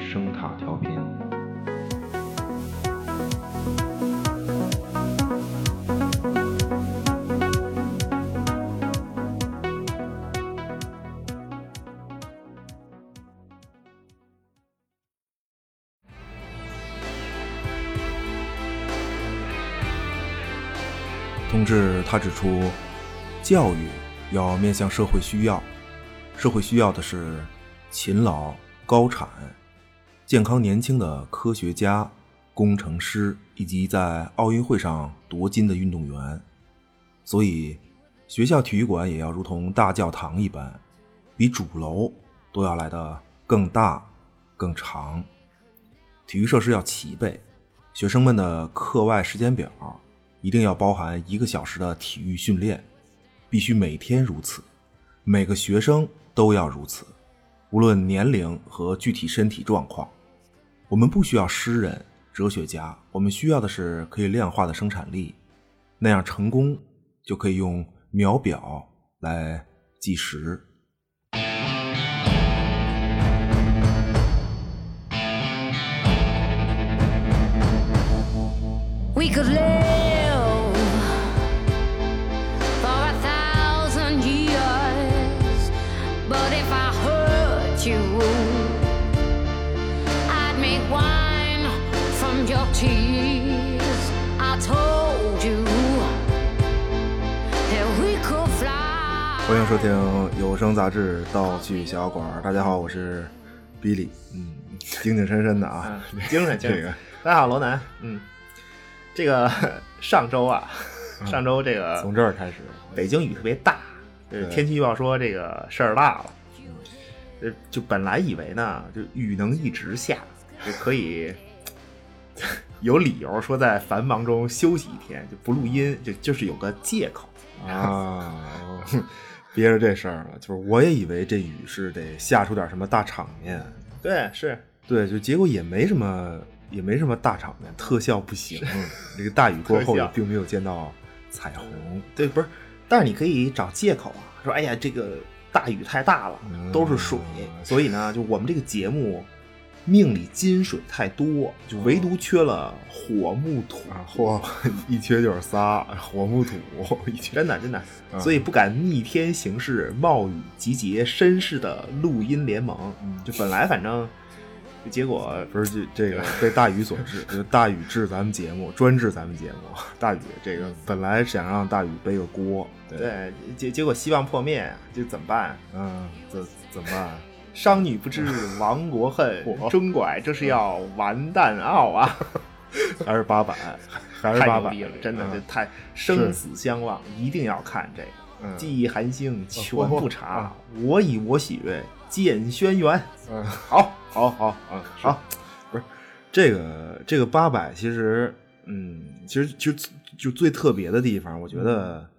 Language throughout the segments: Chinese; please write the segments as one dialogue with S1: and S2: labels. S1: 声塔调频。
S2: 同志他指出，教育要面向社会需要，社会需要的是勤劳、高产、健康、年轻的科学家、工程师以及在奥运会上夺金的运动员。所以，学校体育馆也要如同大教堂一般，比主楼都要来得更大、更长。体育设施要齐备，学生们的课外时间表一定要包含一个小时的体育训练，必须每天如此，每个学生都要如此，无论年龄和具体身体状况。我们不需要诗人、哲学家，我们需要的是可以量化的生产力，那样成功就可以用秒表来计时。
S3: We could live for a thousand years, but if I hurt you, I'd make wine from your tears. I told you that we could fly.
S2: 欢迎收听有声杂志《盗趣小馆》，大家好，我是比利， 嗯，精精神神的啊，
S4: 嗯精神精
S2: 这
S4: 神。
S2: 个
S4: 大家好，罗南。嗯，这个 上周啊，上周这个
S2: 从这儿开始，
S4: 北京雨特别大，呃，
S2: 对
S4: 天气预报说这个事儿大了。呃，就本来以为呢，就雨能一直下，就可 以有理由说在繁忙中休息一天，就不录音，就就是有个借口。
S2: 啊， 憋着这事儿了，就是我也以为这雨是得下出点什么大场面，
S4: 对，是
S2: 对，就结果也没什么，也没什么大场面，特效不行， 这个大雨过后
S4: 特
S2: 也
S4: 效
S2: 并没有见到彩虹，
S4: 对，不是，但是你可以找借口啊，说哎呀，这个大雨太大了，都是水，
S2: 嗯
S4: 所以呢，就我们这个节目命里金水太多，就唯独缺了火木土，
S2: 啊， 嚯，一缺就是仨，火木土， 一缺
S4: 真的真的，
S2: 嗯
S4: 所以不敢逆天行事，冒雨集结绅士的录音联盟，就本来反正，就结果
S2: 嗯不是这这个被大禹所制，就是大禹治咱们节目，专治咱们节目。大禹这个本来想让大禹背个锅，对，
S4: 对结结果希望破灭，就怎么办？
S2: 嗯，怎怎么办？
S4: 商女不知亡国 恨，中拐这是要完蛋奥 啊！
S2: 还是八百，还是
S4: 太
S2: 八
S4: 牛
S2: 百
S4: 逼了，真的，
S2: 嗯
S4: 这太生死相望，一定要看这
S2: 嗯
S4: 个。记忆寒星全不查
S2: 啊，
S4: 我以我喜悦见轩辕。
S2: 嗯，
S4: 好，好，好，
S2: 啊，
S4: 好，
S2: 这个这个八百其实，嗯，其实就就最特别的地方，我觉
S4: 嗯
S2: 得，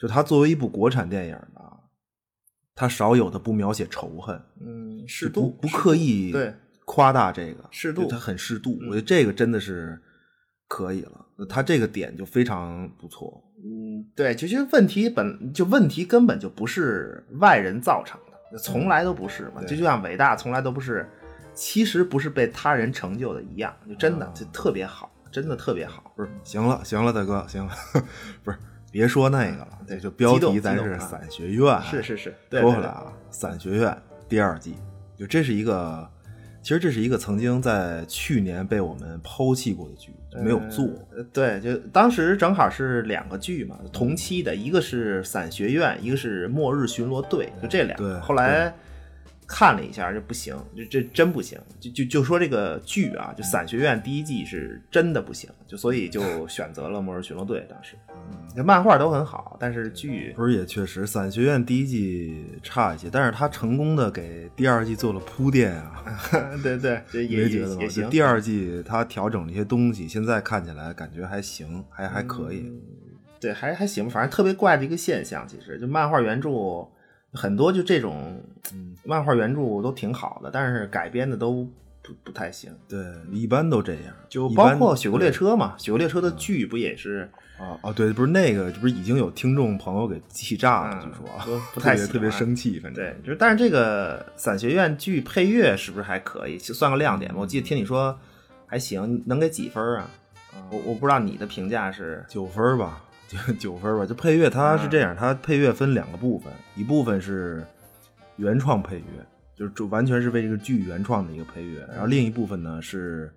S2: 就它作为一部国产电影呢，它少有的不描写仇恨，
S4: 嗯，
S2: 就不不刻意
S4: 对
S2: 夸大这个
S4: 适度
S2: 就它很适度，
S4: 嗯
S2: 我觉得这个真的是可以了，它这个点就非常不错，
S4: 嗯，对，其实问题本就问题根本就不是外人造成的，从来都不是嘛。
S2: 嗯对
S4: 这就像伟大从来都不是，其实不是被他人成就的一样，就真的
S2: 啊
S4: 就特别好，真的特别好。
S2: 不是，行了，行了，大哥，行了， 不是，别说那个了，
S4: 嗯对
S2: 就标
S4: 激动
S2: 题咱
S4: 激动
S2: 是
S4: 啊
S2: 伞学院，
S4: 是是是，对
S2: 哎说
S4: 对
S2: 回来
S4: 对
S2: 啊，《伞学院》第二季，就这是一个，其实这是一个曾经在去年被我们抛弃过的剧，没有做。
S4: 呃对，就当时正好是两个剧嘛，同期的，一个是《伞学院》，一个是《末日巡逻队》，就这两个。
S2: 对
S4: 后来看了一下，就不行，这这真不行。就就就说这个剧啊，就《伞学院》第一季是真的不行，就所以就 选择了《末日巡逻队》。当时，这漫画都很好，但是剧
S2: 嗯不是也确实，《伞学院》第一季差一些，但是他成功的给第二季做了铺垫啊，
S4: 对对，这
S2: 你
S4: 也
S2: 没
S4: 也
S2: 觉得吗？
S4: 也行。嗯
S2: 就第二季他调整了一些东西，现在看起来感觉还行，还还可以。
S4: 嗯对，还还行吧，反正特别怪的一个现象，其实就漫画原著
S2: 嗯
S4: 很多就这种，漫画原著都挺好的，但是改编的都不不太行。
S2: 对，一般都这样，
S4: 就
S2: 一
S4: 包
S2: 般
S4: 括《雪国列车》嘛，《雪国列车》的
S2: 嗯
S4: 剧不也是
S2: 啊啊，对，不是那个，这不是已经有听众朋友给气炸了，
S4: 嗯
S2: 据说啊
S4: 说不
S2: 特
S4: 太
S2: 别
S4: 喜
S2: 特别
S4: 欢
S2: 生气，反正
S4: 对，就是但是这个伞学院剧配乐是不是还可以，就算个亮点吧？我记得听你说还行，能给几分啊？
S2: 嗯
S4: 我我不知道你的评价是
S2: 九分儿吧，九九分儿吧。就配乐，它是这样，它配乐分两个部分，一部分是原创配乐，就是就完全是为这个剧原创的一个配乐，然后另一部分呢是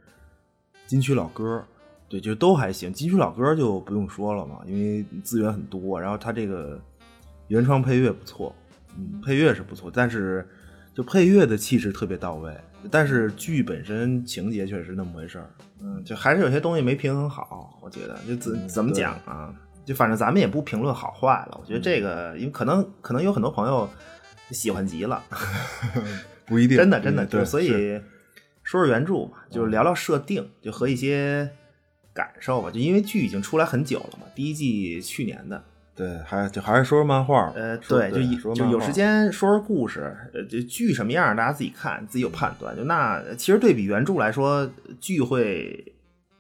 S2: 金曲老歌儿，对，就都还行。金曲老歌儿就不用说了嘛，因为资源很多，然后它这个原创配乐不错，嗯，配乐是不错，但是就配乐的气质特别到位。但是剧本身情节确实是那么回事儿，
S4: 嗯，就还是有些东西没平衡好，我觉得就
S2: 嗯
S4: 怎怎么
S2: 对
S4: 讲啊？就反正咱们也不评论好坏了，我觉得这个，因为可能可能有很多朋友喜欢极了，
S2: 不一定
S4: 真的
S2: 不一
S4: 真的，
S2: 定 对
S4: 就是所
S2: 是
S4: 以说说原著嘛，就是聊聊设定，就和一些感受吧，就因为剧已经出来很久了嘛，第一季去年的，
S2: 对，还就还是说说漫画吧。
S4: 呃，
S2: 说
S4: 对，就一
S2: 说
S4: 就
S2: 漫
S4: 有
S2: 画
S4: 时间说说故事，呃，这剧什么样儿，大家自己看，自己有判断。就那其实对比原著来说，剧会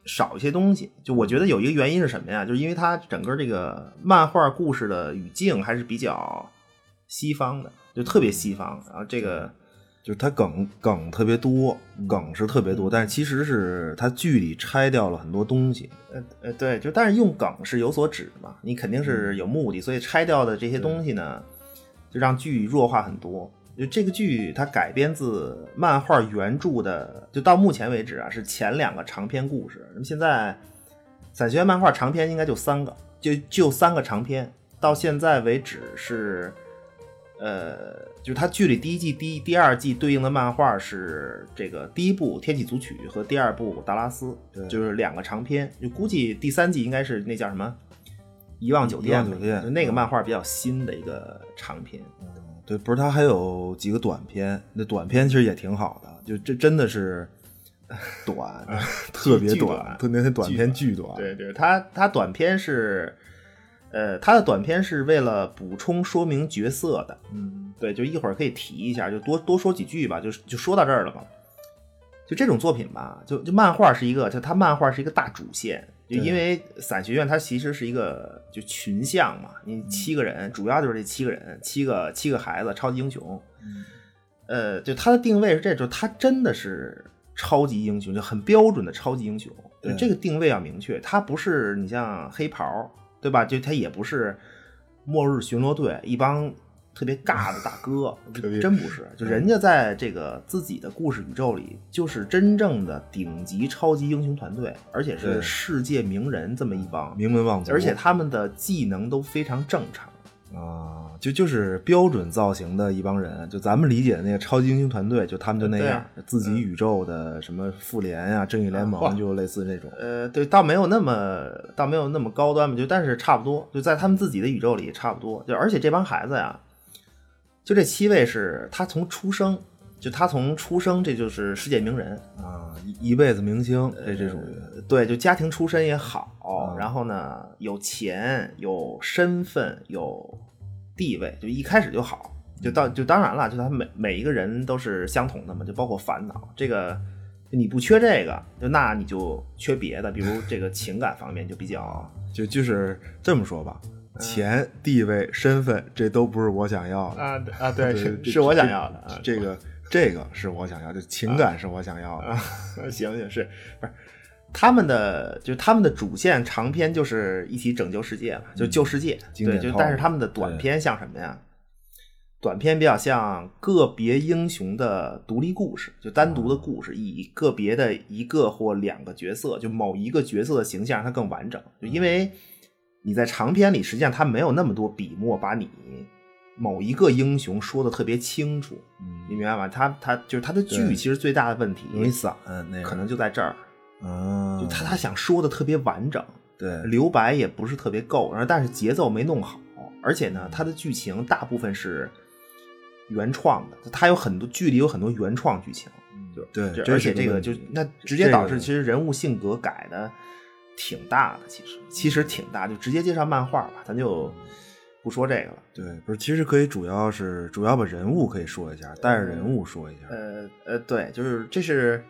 S4: 少一些东西。就我觉得有一个原因是什么呀？就是因为它整个这个漫画故事的语境还是比较西方的，就特别西方。然后这个嗯
S2: 就是它梗梗特别多，梗是特别多，但是其实是它剧里拆掉了很多东西。
S4: 呃呃，对，就但是用梗是有所指嘛，你肯定是有目的，所以拆掉的这些东西呢，就让剧弱化很多。就这个剧它改编自漫画原著的，就到目前为止啊是前两个长篇故事，那么现在伞学漫画长篇应该就三个，就就三个长篇，到现在为止是。呃，就是它剧里第一季、第一第二季对应的漫画是这个第一部《天启组曲》和第二部《达拉斯
S2: 对》，
S4: 就是两个长篇。就估计第三季应该是那叫什么《遗忘酒店》吧，
S2: 遗
S4: 嗯
S2: 忘酒店
S4: 就那个漫画比较新的一个长篇。
S2: 对，不是它还有几个短片，那短片其实也挺好的，就这真的是短，特别
S4: 巨
S2: 短，
S4: 短
S2: 特别那短
S4: 巨
S2: 片
S4: 短
S2: 巨短。
S4: 对对，它它短片是，呃，它的短片是为了补充说明角色的，
S2: 嗯，
S4: 对，就一会儿可以提一下，就多多说几句吧，就就说到这儿了嘛。就这种作品吧，就就漫画是一个，就它漫画是一个大主线，就
S2: 对
S4: 因为伞学院它其实是一个就群像嘛，
S2: 嗯
S4: 你七个人，主要就是这七个人，七个七个孩子，超级英雄。
S2: 嗯
S4: 呃，就它的定位是这，就是它真的是超级英雄，就很标准的超级英雄。
S2: 对，
S4: 就这个定位要明确，它不是你像黑袍，对吧？就它也不是末日巡逻队一帮特别尬的大哥
S2: 特别
S4: 真不是。就人家在这个自己的故事宇宙里，就是真正的顶级超级英雄团队，而且
S2: 对
S4: 是世界名人这么一帮，
S2: 名门望族，
S4: 而且他们的技能都非常正常。
S2: 啊，就就是标准造型的一帮人，就咱们理解的那个超级英雄团队，就他们就那
S4: 呃啊
S2: 样，自
S4: 嗯
S2: 己宇宙的什么复联啊、正义联盟，
S4: 嚯
S2: 就类似这种。
S4: 呃，对，倒没有那么倒没有那么高端吧，就但是差不多，就在他们自己的宇宙里差不多。就而且这帮孩子呀，就这七位是他从出生，就他从出生这就是世界名人，
S2: 啊，一一辈子明星，这这属于
S4: 呃对，就家庭出身也好，
S2: 嗯
S4: 然后呢有钱有身份有地位，就一开始就好，就到就当然了，就他每每一个人都是相同的嘛，就包括烦恼这个。你不缺这个，就那你就缺别的，比如这个情感方面就比较
S2: 就就是这么说吧，
S4: 嗯
S2: 钱、地位、身份，这都不是我想要的。
S4: 啊啊，
S2: 对
S4: 对，
S2: 这
S4: 是
S2: 这
S4: 是我想要的啊。
S2: 这个这个是我想要的，情感是我想要
S4: 啊
S2: 的。
S4: 行行是，不是他们的就是他们的主线长篇就是一起拯救世界嘛，就救世界。
S2: 嗯经
S4: 对，
S2: 典
S4: 就
S2: 套
S4: 但
S2: 路
S4: 是他们的短篇像什么呀？短篇比较像个别英雄的独立故事，就单独的
S2: 哦
S4: 故事，以个别的一个或两个角色，就某一个角色的形象让它更完整。就
S2: 嗯
S4: 因为你在长篇里，实际上它没有那么多笔墨把你某一个英雄说的特别清楚，你
S2: 嗯，
S4: 明白吗？它它就是它的
S2: 对
S4: 剧其实最大的问题，
S2: 容易散，呃那个
S4: 可能就在这儿，
S2: 啊，
S4: 就他他想说的特别完整，
S2: 对
S4: 留白也不是特别够，然后但是节奏没弄好，而且呢，它的剧情大部分是原创的，它有很多剧里有很多原创剧情，就
S2: 对
S4: 就
S2: 这
S4: 而
S2: 是
S4: 且这
S2: 个
S4: 个
S2: 问
S4: 就
S2: 题
S4: 那直接
S2: 这
S4: 导
S2: 个
S4: 致其实人物性格改的挺大的，其实其实挺大，就直接介绍漫画吧，咱就不说这个了。
S2: 对，不是，其实可以主要
S4: 嗯
S2: 是主要把人物可以说一下，带着人物说一下。
S4: 呃呃，对，就是这是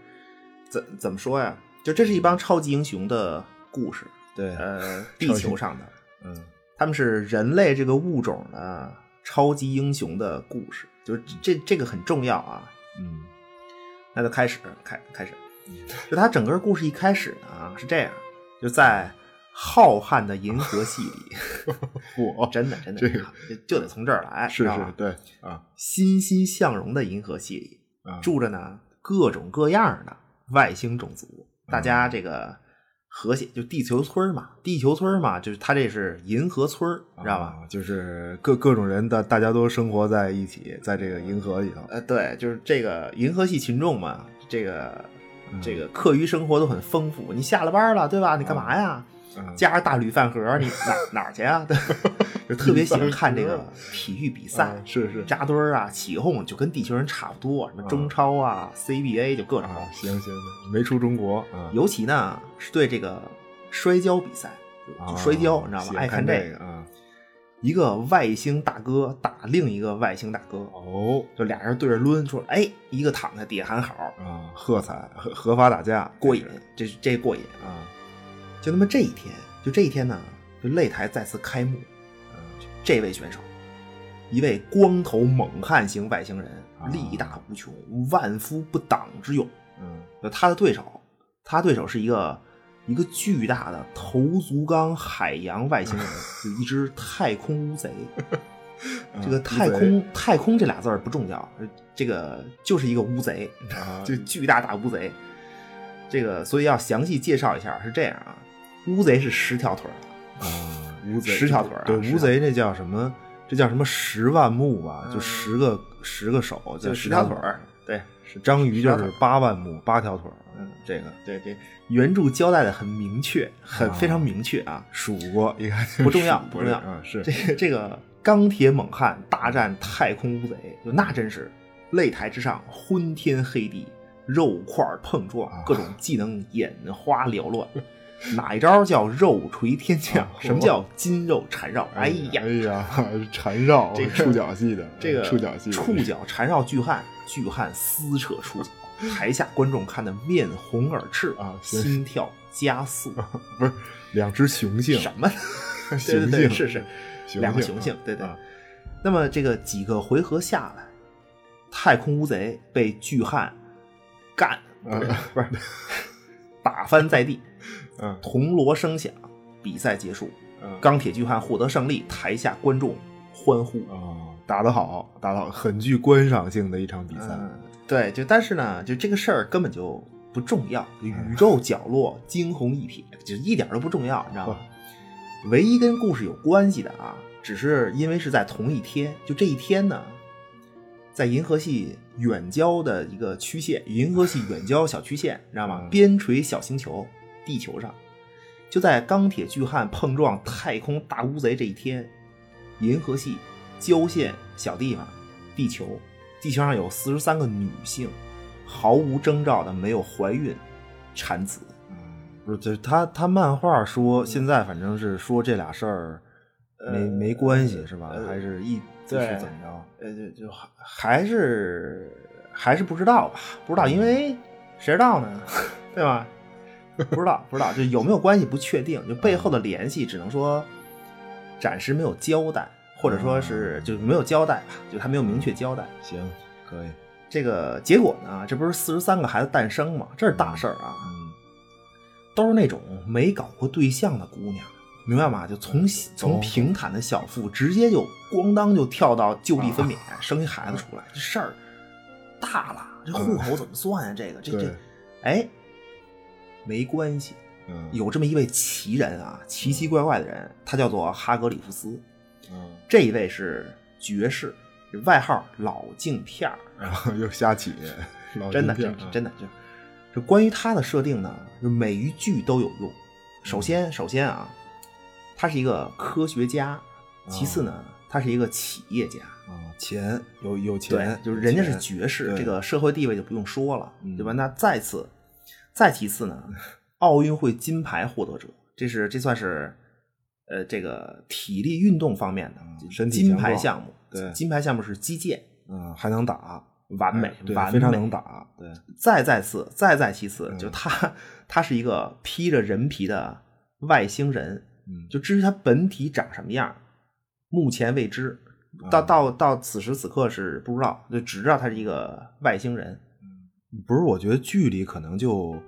S4: 怎怎么说呀？就这是一帮超级英雄的故事，
S2: 对，
S4: 呃，
S2: 级
S4: 地球上的，
S2: 嗯
S4: 他们是人类这个物种的超级英雄的故事，就是这这个很重要啊。
S2: 嗯
S4: 那就开始开开始，就它整个故事一开始呢是这样，就在浩瀚的银河系里，
S2: 我
S4: 真的真的
S2: 这个
S4: 就就得从这儿来，
S2: 是
S4: 知道
S2: 是
S4: 吧，
S2: 对啊
S4: 欣欣向荣的银河系里，
S2: 啊，
S4: 住着呢各种各样的外星种族，
S2: 嗯
S4: 大家这个和谐就地球村儿嘛，地球村儿嘛，就是它这是银河村儿，知道吧？
S2: 啊？就是各各种人的，大家都生活在一起，在这个银河里头。
S4: 呃，对，就是这个银河系群众嘛，这个
S2: 嗯
S4: 这个课余生活都很丰富。你下了班了，对吧？你干嘛呀？
S2: 嗯
S4: 夹着大铝饭盒，你哪哪儿去啊？ 对，就特别喜欢看这个体育比赛
S2: 啊，是是
S4: 扎堆儿啊、起哄，就跟地球人差不多，什么
S2: 嗯
S4: 中超啊、CBA 就各种。
S2: 啊，行行，行没出中国啊，
S4: 尤其呢是对这个摔跤比赛，就
S2: 啊
S4: 就摔跤，你知道
S2: 喜
S4: 吗？
S2: 欢
S4: 爱看
S2: 这
S4: 个。
S2: 啊。
S4: 一个外星大哥打另一个外星大哥，
S2: 哦
S4: 就俩人对着抡，说：“哎，一个躺在底下喊好，
S2: 啊，喝彩，合合法打架，
S4: 过瘾，这这过瘾啊！”
S2: 啊，
S4: 就那么这一天，就这一天呢，就擂台再次开幕。呃这位选手，一位光头猛汉型外星人
S2: 啊，
S4: 力大无穷，万夫不挡之勇。
S2: 嗯
S4: 就他的对手，他对手是一个一个巨大的头足纲海洋外星人，就一只太空乌贼。
S2: 嗯，
S4: 这个太空太空这俩字儿不重要，呃这个就是一个乌贼，
S2: 啊，
S4: 就巨大大乌贼。这个所以要详细介绍一下，是这样啊，乌贼是十条腿儿的，
S2: 啊，乌贼
S4: 十条腿儿啊
S2: 对，
S4: 十条
S2: 乌贼那叫什么？这叫什么十万目吧？
S4: 嗯
S2: 就十个十个手，叫
S4: 就
S2: 十
S4: 十
S2: 条
S4: 条
S2: 腿
S4: 腿儿。对，
S2: 是章鱼就
S4: 十条
S2: 是
S4: 腿儿
S2: 八万目，八条腿儿。
S4: 嗯
S2: 这个
S4: 对对，原著交代的很明确，很
S2: 啊
S4: 非常明确啊。
S2: 数过，一看就
S4: 不重要
S2: 数
S4: 不嗯
S2: 过
S4: 重要
S2: 这个啊，是
S4: 这个这个钢铁猛汉大战太空乌贼，就那真是擂台之上昏天黑地，肉块碰撞
S2: 啊，
S4: 各种技能眼花缭乱。哪一招叫肉锤天降
S2: 啊？
S4: 什么叫筋肉缠绕？哎呀
S2: 哎，呀，缠绕
S4: 这个
S2: 触角系的，
S4: 这个
S2: 触角系的
S4: 触角缠绕巨汉，巨汉撕扯触角，台下观众看得面红耳赤
S2: 啊行
S4: 心跳加速，
S2: 不是两只雄性，
S4: 什么？ 对
S2: 雄
S4: 对
S2: 性
S4: 对，是是，两个雄性，对对
S2: 啊。
S4: 那么这个几个回合下来，太空乌贼被巨汉干，
S2: 啊
S4: 不是不是 打翻在 地，
S2: 嗯
S4: 铜锣声响，比赛结束，
S2: 嗯
S4: 钢铁巨汉获得胜利，台下观众欢呼。
S2: 啊，打得好，打得好，很具观赏性的一场比赛。
S4: 嗯，对，就但是呢，就这个事儿根本就不重要，就宇宙角落惊鸿一瞥，就一点儿都不重要，你知道吗？
S2: 嗯
S4: 唯一跟故事有关系的啊，只是因为是在同一天，就这一天呢，在银河系远郊的一个区县，银河系远郊小区县，你知道吗
S2: 嗯？
S4: 边陲小星球地球上，就在钢铁巨汉碰撞太空大乌贼这一天，银河系郊县小地方，地球，地球上有四十三个女性，毫无征兆的没有怀孕、产子。
S2: 嗯
S4: 嗯
S2: 不是，就是他他漫画说，现在反正是说这俩事儿没、
S4: 呃
S2: 没关系是吧？
S4: 呃
S2: 还是一
S4: 对
S2: 是怎么着？
S4: 呃，就就还还是还是不知道吧，不知道，因为谁知道呢， 对吧？不知道，不知道，就有没有关系不确定，就背后的联系只能说暂时没有交代，或者说是就没有交代吧，就他没有明确交代。
S2: 嗯行，可以，
S4: 这个结果呢，这不是四十三个孩子诞生吗？这是大事儿啊，
S2: 嗯，
S4: 都是那种没搞过对象的姑娘，明白吗？就从
S2: 哦
S4: 从平坦的小腹直接就咣当就跳到就地分娩，
S2: 啊
S4: 生一孩子出来，这事儿大了，这户口怎么算呀、这个这
S2: 啊对
S4: 这，，哎，没关系，
S2: 嗯，
S4: 有这么一位奇人啊，奇奇怪怪的人，他叫做哈格里夫斯，
S2: 嗯，
S4: 这一位是爵士，外号老镜片儿。
S2: 然后嗯 又瞎起，老
S4: 真的，
S2: 金
S4: 真
S2: 片
S4: 真的，就就关于它的设定呢，就每一句都有用。首
S2: 嗯
S4: 先，首先啊，他是一个科学家，其次
S2: 哦
S4: 呢，他是一个企业家，
S2: 啊，钱有有
S4: 对
S2: 钱，，
S4: 就是人家是
S2: 有钱
S4: 爵士，
S2: 对
S4: 这个社会地位就不用说了，对吧？
S2: 嗯
S4: 那再次，再其次呢，奥运会金牌获得者，这是这算是呃这个体力运动方面的
S2: 嗯
S4: 这
S2: 身体
S4: 金
S2: 强
S4: 牌
S2: 壮
S4: 项目，
S2: 对
S4: 金牌项目是击剑，
S2: 嗯，还能打，
S4: 完美，
S2: 对
S4: 完，美
S2: 非常能。打，对，
S4: 再再次，再再其次，
S2: 嗯
S4: 就他 他是一个披着人皮的外星人，
S2: 嗯，
S4: 就至于他本体长什么样，目前未知，到
S2: 嗯
S4: 到到此时此刻是不知道，就只知道他是一个外星人。
S2: 不是，我觉得剧里可能就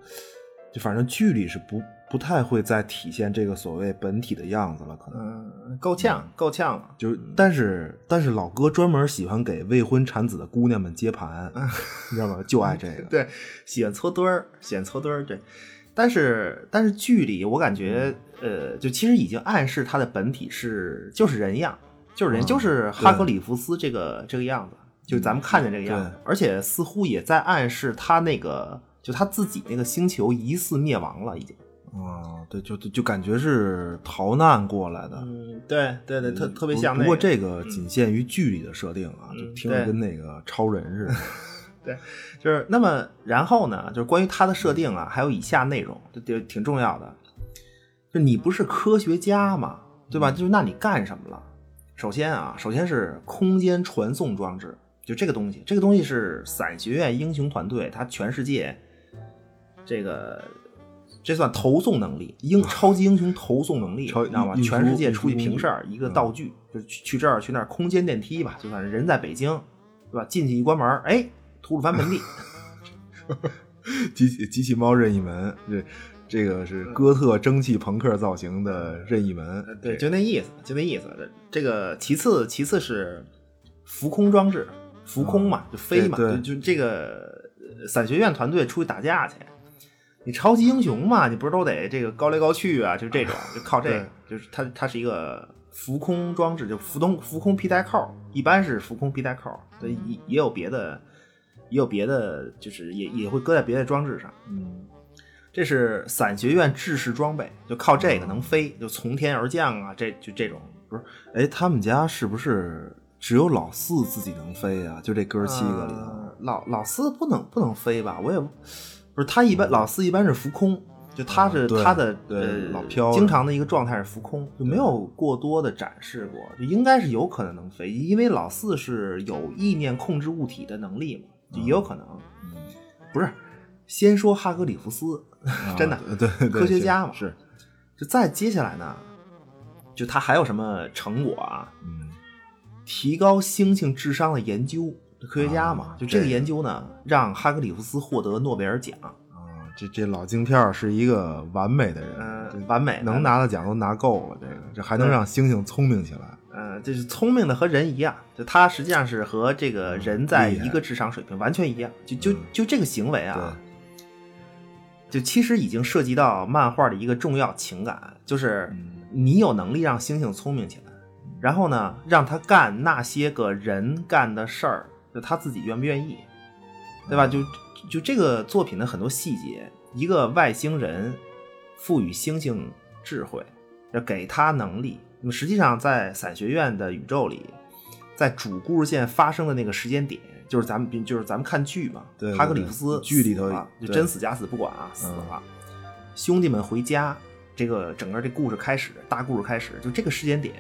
S2: 就反正剧里是不不太会再体现这个所谓本体的样子了，可能。
S4: 嗯，够呛，够呛了。
S2: 就是，但是但是老哥专门喜欢给未婚产子的姑娘们接盘，你知道吗？就爱这个。
S4: 啊 对，喜欢搓堆儿，喜欢搓堆儿，对。但是但是剧里我感觉，呃，就其实已经暗示他的本体是就是人样，就是人，
S2: 嗯
S4: 就是哈格
S2: 对
S4: 里夫斯这个这个样子，就咱们看见这个样子
S2: 对，
S4: 而且似乎也在暗示他那个就他自己那个星球疑似灭亡了，已经。
S2: 啊，对，就就就感觉是逃难过来的，
S4: 嗯，对对对，特特别
S2: 不
S4: 像那
S2: 不过
S4: 个。
S2: 这个仅限于剧里的设定啊，
S4: 嗯
S2: 就听着
S4: 对
S2: 跟那个超人似 的。
S4: 就是那么，然后呢，就是关于它的设定啊，还有以下内容，这这挺重要的。就你不是科学家嘛，对吧？就是那你干什么了？首先啊，首先是空间传送装置，就这个东西，这个东西是伞学院英雄团队，它全世界这个这算投送能力，英超级英雄投送能力，
S2: 超
S4: 你知道吗？
S2: 运输
S4: 全世界
S2: 运输
S4: 出去
S2: 工
S4: 平
S2: 具
S4: 事儿一个道具，就是去去这儿去那儿，空间电梯吧，就算是人在北京，对吧？进去一关门，哎，吐鲁番盆地。
S2: 机器机器猫任意门，这这个是哥特蒸汽朋克造型的任意门。
S4: 嗯对，就那意思，就那意思。这这个其次，其次是浮空装置，浮空嘛，就飞嘛，
S2: 对对
S4: 就就这个呃伞学院团队出去打架去。你超级英雄嘛，你不是都得这个高来高去啊？就这种，就靠这个，就是它它是一个浮空装置，就浮动浮空皮带扣，一般是浮空皮带扣，对，也也有别的，也有别的，就是也也会搁在别的装置上。
S2: 嗯，
S4: 这是伞学院制式装备，就靠这个能飞，就从天而降啊，这就这种不是
S2: 哎，他们家是不是只有老四自己能飞啊？就这哥儿七个里头，
S4: 呃老老四不能不能飞吧？我也不不是他一般老四一般是浮空，就他
S2: 嗯
S4: 是、
S2: 啊对
S4: 他的
S2: 对
S4: 呃
S2: 老飘着
S4: 经常的一个状态是浮空，就没有过多的展示过，就应该是有可能能飞，因为老四是有意念控制物体的能力嘛，就也有
S2: 嗯
S4: 可能、不是。先说哈格里夫斯，
S2: 啊
S4: 真的
S2: 对对
S4: 科学家嘛
S2: 是是
S4: 就再接下来呢，就他还有什么成果啊？
S2: 嗯
S4: 提高猩猩智商的研究，这科学家
S2: 啊
S4: 嘛，就这个
S2: 对
S4: 研究呢，让哈格里夫斯获得诺贝尔奖，
S2: 啊，这这老京片儿是一个完美的人，
S4: 嗯，
S2: 这
S4: 完美，
S2: 能，拿的奖都拿够了，这个这还能
S4: 对
S2: 让猩猩聪明起来。
S4: 嗯，就是聪明的和人一样，就他实际上是和这个人在一个智商水平完全一样，就就
S2: 嗯
S4: 就这个行为啊，就其实已经涉及到漫画的一个重要情感，就是
S2: 嗯
S4: 你有能力让猩猩聪明起来，然后呢，让他干那些个人干的事儿，就他自己愿不愿意，对吧？就就这个作品的很多细节，一个外星人赋予猩猩智慧，要给他能力。那么实际上，在伞学院的宇宙里，在主故事线发生的那个时间点，就是咱们就是咱们看剧嘛，
S2: 对对
S4: 哈格里夫斯
S2: 对剧里头
S4: 死了就
S2: 对嗯
S4: 真死假死不管啊，死了，兄弟们回家，这个整个这故事开始，大故事开始，就这个时间点，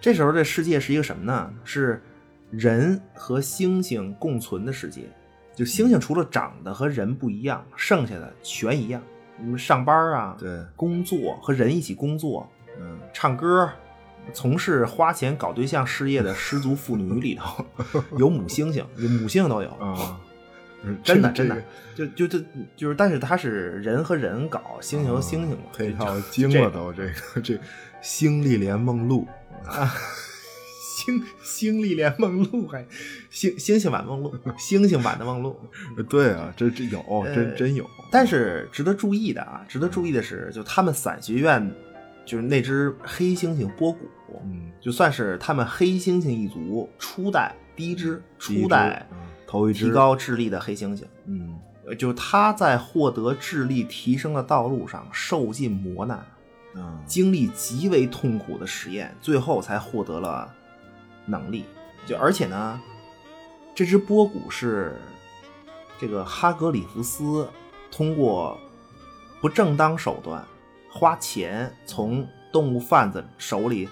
S4: 这时候这世界是一个什么呢？是人和猩猩共存的世界。就猩猩除了长得和人不一样，剩下的全一样。你们上班啊，
S2: 对，
S4: 工作和人一起工作，
S2: 嗯，
S4: 唱歌，从事花钱搞对象事业的失足妇女里 头，有母猩猩，有母猩猩都有
S2: 啊，
S4: 真的
S2: 这
S4: 真
S2: 个
S4: 的，就就就就是，但是它是人和人搞，猩猩和猩猩嘛，
S2: 配
S4: 就
S2: 哦套
S4: 就
S2: 精
S4: 这
S2: 了
S4: 个
S2: 都，这个 这《星力联梦录》
S4: 星星力联梦露还星星星版梦 露，星星版的梦露。
S2: 对啊，这这有，真真有。
S4: 呃但是值得注意的啊，值得注意的是，就他们伞学院，就是那只黑猩猩波谷，
S2: 嗯，
S4: 就算是他们黑猩猩一族初代第一只
S2: 第一
S4: 初代
S2: 只嗯头一只
S4: 提，高智力的黑猩猩，
S2: 嗯，
S4: 呃就他在获得智力提升的道路上受尽磨难，
S2: 啊
S4: 经历极为痛苦的实验，最后才获得了能力。就而且呢，这只波谷是这个哈格里夫斯通过不正当手段花钱从动物贩子手里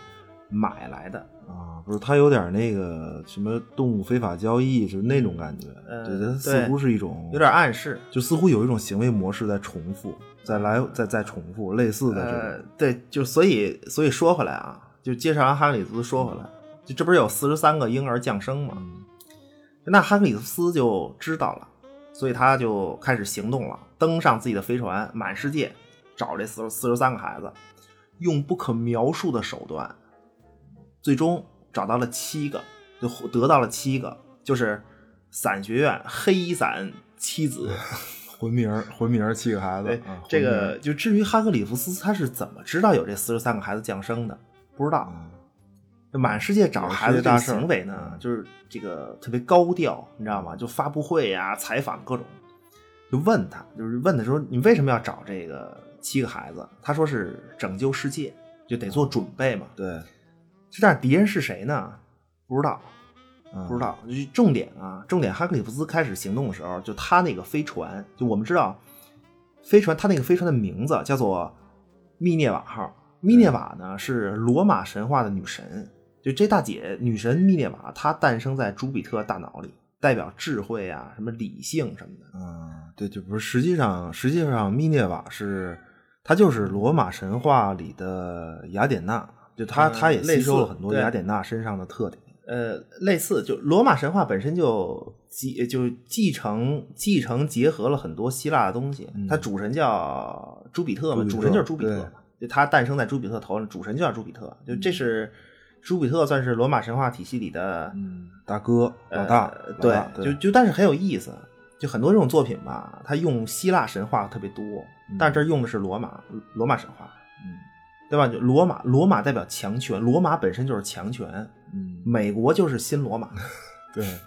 S4: 买来的。
S2: 啊，啊，不是他有点那个什么动物非法交易，就是那种感觉，
S4: 嗯
S2: 对，它似
S4: 对
S2: 乎是一种
S4: 有点暗示。
S2: 就似乎有一种行为模式在重复，在来在在重复类似的这
S4: 呃
S2: 种，，
S4: 对，就所以所以说回来啊，就接上哈格里斯说回来，就这不是有四十三个婴儿降生吗？
S2: 嗯
S4: 那哈克里斯就知道了，所以他就开始行动了，登上自己的飞船，满世界找这四四十三个孩子，用不可描述的手段，最终找到了七个，就得到了七个，就是伞学院黑衣伞七子。
S2: 魂名儿魂名儿七个孩子
S4: 对，
S2: 啊
S4: 这
S2: 魂名
S4: 个
S2: 儿
S4: 就至于哈克里夫斯他是怎么知道有这四十三个孩子降生的，不知道。
S2: 嗯
S4: 满世界找孩子这个行为呢
S2: 嗯，
S4: 就是这个特别高调，你知道吗？就发布会呀、采访各种，就问他，就是问他说你为什么要找这个七个孩子？他说是拯救世界，就得做准备嘛。
S2: 对，
S4: 这但是敌人是谁呢？不知道，
S2: 嗯
S4: 不知道。就是重点啊，重点哈克里夫斯开始行动的时候，就他那个飞船，就我们知道，飞船他那个飞船的名字叫做密涅瓦号。密涅瓦呢是罗马神话的女神，就这大姐女神密涅瓦，她诞生在朱比特大脑里，代表智慧啊、什么理性什么的。啊
S2: 嗯，对，就不是实际上实际上密涅瓦是它就是罗马神话里的雅典娜，就它
S4: 嗯
S2: 它也
S4: 类
S2: 吸收
S4: 似
S2: 了很多
S4: 对
S2: 雅典娜身上的特点，
S4: 呃，类似就罗马神话本身就继就继承继承结合了很多希腊的东西，
S2: 嗯
S4: 它主神叫朱比特嘛，
S2: 朱比特
S4: 主神就是朱比特
S2: 对嗯
S4: 嘛，就它诞生在朱比特头上，主神就叫朱比特，就这是朱比特算是罗马神话体系里的
S2: 嗯，大哥
S4: 呃
S2: 老大，老
S4: 对
S2: 大，
S4: 就就但是很有意思，就很多这种作品吧，它用希腊神话特别多，
S2: 嗯
S4: 但是这儿用的是罗马罗马神话，
S2: 嗯
S4: 对吧？就罗马罗马代表强权，罗马本身就是强权，
S2: 嗯
S4: 美国就是新罗马。
S2: 对，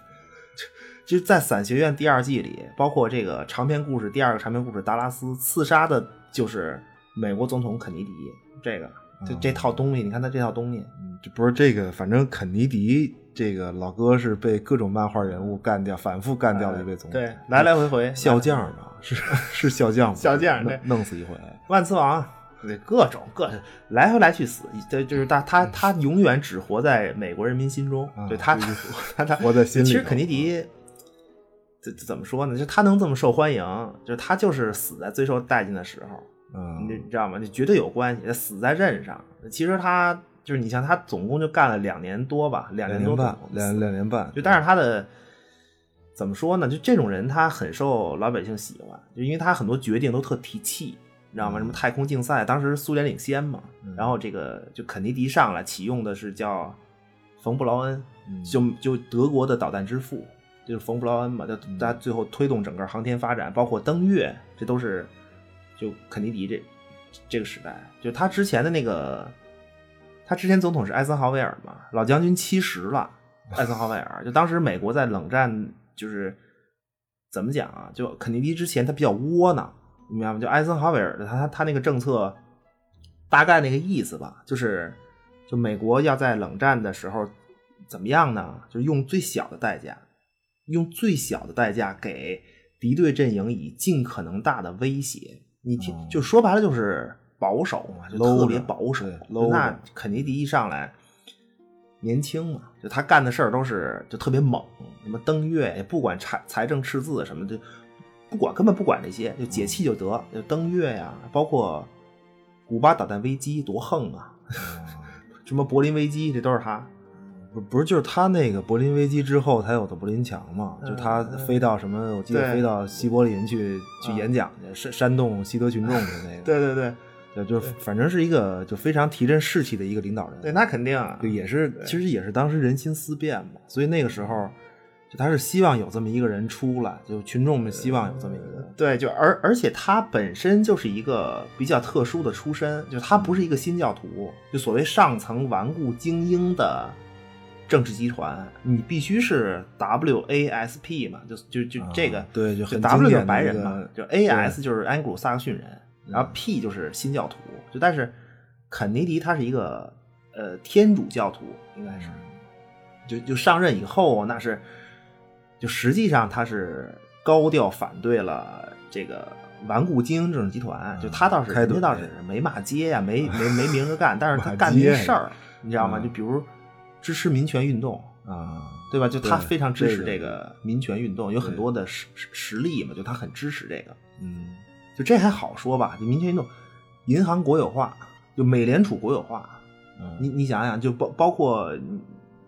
S4: 就是在《伞学院》第二季里，包括这个长篇故事第二个长篇故事《达拉斯》，刺杀的就是美国总统肯尼迪。这个就
S2: 嗯
S4: 这套东西，你看他这套东西，
S2: 嗯就不是这个，反正肯尼迪这个老哥是被各种漫画人物干掉，反复干掉的一位总统，
S4: 哎对，来来回回
S2: 嗯 笑匠吧，是是笑匠吧，
S4: 笑匠对
S2: 弄弄死一回，
S4: 万磁王，对各种各来回来去死，这就是他他他永远只活在美国人民心中，
S2: 嗯啊
S4: 对他
S2: 就是
S4: 他他
S2: 活在心里
S4: 其实
S2: 头啊
S4: 肯尼迪怎怎么说呢？就他能这么受欢迎，就是他就是死在最受待见的时候。
S2: 嗯
S4: 你你知道吗？这绝对有关系，死在任上。其实他就是你像他总共就干了两年多吧，两
S2: 两
S4: 年
S2: 年
S4: 多
S2: 半
S4: 总，共
S2: 两两年半，
S4: 就但是他的怎么说呢？就这种人他很受老百姓喜欢，就因为他很多决定都特提气，你知道吗？
S2: 嗯
S4: 什么太空竞赛，当时是苏联领先嘛，
S2: 嗯
S4: 然后这个就肯尼迪上来启用的是叫冯布劳恩，
S2: 嗯
S4: 就就德国的导弹之父。就是冯布劳恩嘛，就
S2: 嗯
S4: 他最后推动整个航天发展，包括登月，这都是就肯尼迪这这个时代，就他之前的那个，他之前总统是艾森豪威尔嘛，老将军七十了，艾森豪威尔就当时美国在冷战就是怎么讲啊，就肯尼迪之前他比较窝囊，你明白吗？就艾森豪威尔的他他那个政策大概那个意思吧，就是就美国要在冷战的时候怎么样呢？就是用最小的代价，用最小的代价给敌对阵营以尽可能大的威胁。你听，
S2: 哦
S4: 就说白了就是保守嘛，就
S2: 搂
S4: 特
S2: 着
S4: 别保守
S2: 对。搂着
S4: 那肯尼迪一上来年轻嘛，就他干的事儿都是就特别猛，什么登月也不管财财政赤字什么的，不管根本不管这些，就解气就得，就登月呀、包括古巴导弹危机多横啊， 什么柏林危机，这都是他。
S2: 不不是就是他那个柏林危机之后才有的柏林墙嘛，
S4: 嗯
S2: 就他飞到什么，我记得
S4: 对嗯
S2: 飞到西柏林去去演讲去，煽煽动西德群众的那个，
S4: 啊 对对对
S2: 对，就反正是一个就非常提振士气的一个领导人，
S4: 对，那肯定啊，
S2: 对，也是，其实也是当时人心思变嘛，所以那个时候，就他是希望有这么一个人出来，就群众们希望有这么一个人，
S4: 对，就而而且他本身就是一个比较特殊的出身，就他不是一个新教徒，就所谓上层顽固精英的政治集团，你必须是 WASP 嘛，就就就
S2: 啊
S4: 这个，
S2: 对，就
S4: 就
S2: 很
S4: W 就
S2: 就是
S4: 白人嘛，就 AS 就是安古鲁萨克逊人，
S2: 嗯
S4: 然后 P 就是新教徒，就但是肯尼迪他是一个呃天主教徒，应该
S2: 嗯
S4: 是，就就上任以后那是，就实际上他是高调反对了这个顽固精英这种集团，
S2: 嗯
S4: 就他倒是
S2: 开
S4: 人
S2: 怼
S4: 家 倒是没骂街呀、没没没明着干，但是他
S2: 骂
S4: 干这些
S2: 街
S4: 事儿，你知道吗？
S2: 嗯
S4: 就比如支持民权运动，
S1: 啊，
S4: 对吧？就他
S1: 对
S4: 非常支持
S1: 对对
S4: 这个民权运动，有很
S1: 对
S4: 多的实实实例嘛，就他很支持这个。
S1: 嗯，
S4: 就这还好说吧，就民权运动，银行国有化，就美联储国有化，
S1: 嗯
S4: 你你想想，就包包括你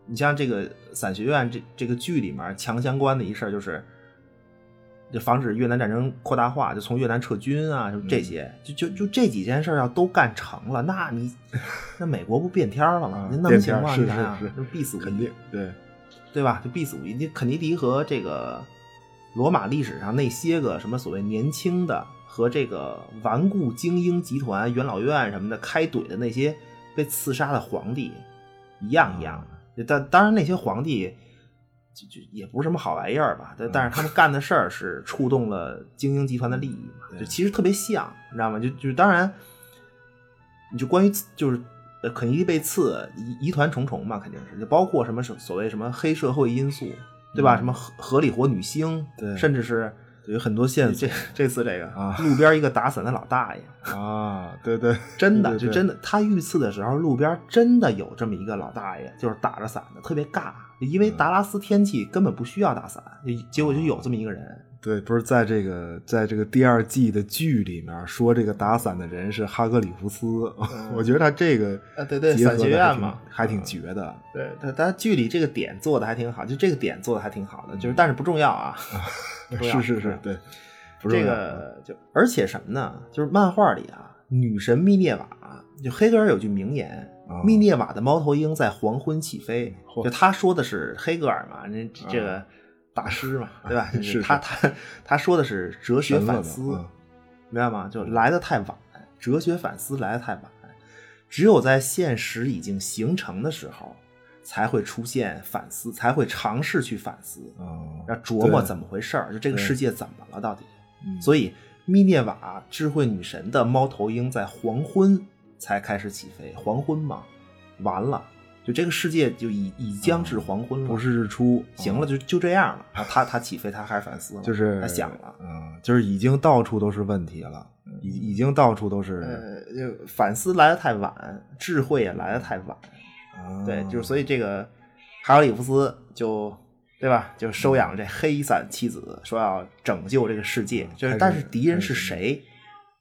S4: 你像这个伞学院这这个剧里面强相关的一事儿，就是就防止越南战争扩大化，就从越南撤军啊，就
S1: 嗯
S4: 这些，就就就这几件事儿要都干成了，那 你那美国不变天儿了吗
S1: 啊？
S4: 那那么
S1: 变
S4: 情
S1: 天儿
S4: 况
S1: 是
S4: 你想
S1: 是
S4: 想
S1: 是，
S4: 那必死无疑
S1: 肯定对，
S4: 对吧？就必死无疑。你肯尼迪和这个罗马历史上那些个什么所谓年轻的和这个顽固精英集团、元老院什么的开怼的那些被刺杀的皇帝一样一样的。但当然，那些皇帝就就也不是什么好玩意儿吧，但但是他们干的事儿是触动了精英集团的利益嘛，
S1: 对
S4: 就其实特别像，你知道吗？就就当然，你就关于就是呃肯尼迪被刺，疑疑团重重嘛，肯定是就包括什么所所谓什么黑社会因素，对吧？
S1: 嗯
S4: 什么合合理活女星，
S1: 对
S4: 甚至是
S1: 有很多线
S4: 这这次这个
S1: 啊
S4: 路边一个打伞的老大 爷，
S1: 啊，对对，
S4: 真的
S1: 对对
S4: 就
S1: 对
S4: 真的，他遇刺的时候，路边真的有这么一个老大爷，就是打着伞的，特别尬。因
S1: 嗯
S4: 为达拉斯天气根本不需要打伞，就结果就
S1: 哦
S4: 有这么一个人。
S1: 对，不是在这个在这个第二季的剧里面说这个打伞的人是哈格里夫斯， 我觉得他这个
S4: 嗯啊对对
S1: 结合
S4: 伞
S1: 得
S4: 学
S1: 还
S4: 院
S1: 挺
S4: 嘛嗯
S1: 还挺绝的，
S4: 对，他他剧里这个点做的还挺好，就这个点做的还挺好的，就是但是不重要啊。不重要
S1: 是是
S4: 不重
S1: 是
S4: 要，
S1: 对，不
S4: 这
S1: 重要
S4: 个就而且什么呢？就是漫画里啊，女神密涅瓦，就黑格尔有句名言，
S1: 啊
S4: 密涅瓦的猫头鹰在黄昏起飞。
S1: 嚯
S4: 就他说的是黑格尔嘛，那这个
S1: 啊
S4: 大师嘛，对吧？
S1: 是
S4: 就是他他他说的是哲学
S1: 神了
S4: 反
S1: 都
S4: 思，
S1: 嗯
S4: 明白吗？就来的太晚，哲学反思来的太晚，只有在现实已经形成的时候，才会出现反思，才会尝试去反思。
S1: 嗯，
S4: 要琢磨
S1: 对
S4: 怎么回事儿，就这个
S1: 对
S4: 世界怎么了到底。
S1: 嗯
S4: 所以密涅瓦智慧女神的猫头鹰在黄昏才开始起飞，黄昏嘛，完了，就这个世界就已已将至黄昏了，
S1: 不是日出，
S4: 行了，就就这样了。啊，他他起飞，他开始反思了，
S1: 就是
S4: 他想了。嗯
S1: 嗯，就是已经到处都是问题了，已已经到处都是，
S4: 呃，就反思来的太晚，智慧也来的太晚，
S1: 啊
S4: 嗯对，就是所以这个哈尔里夫斯就对吧，就收养这黑伞妻子，说要拯救这个世界，就是
S1: 嗯开
S4: 但
S1: 始
S4: 是敌人是
S1: 开始
S4: 谁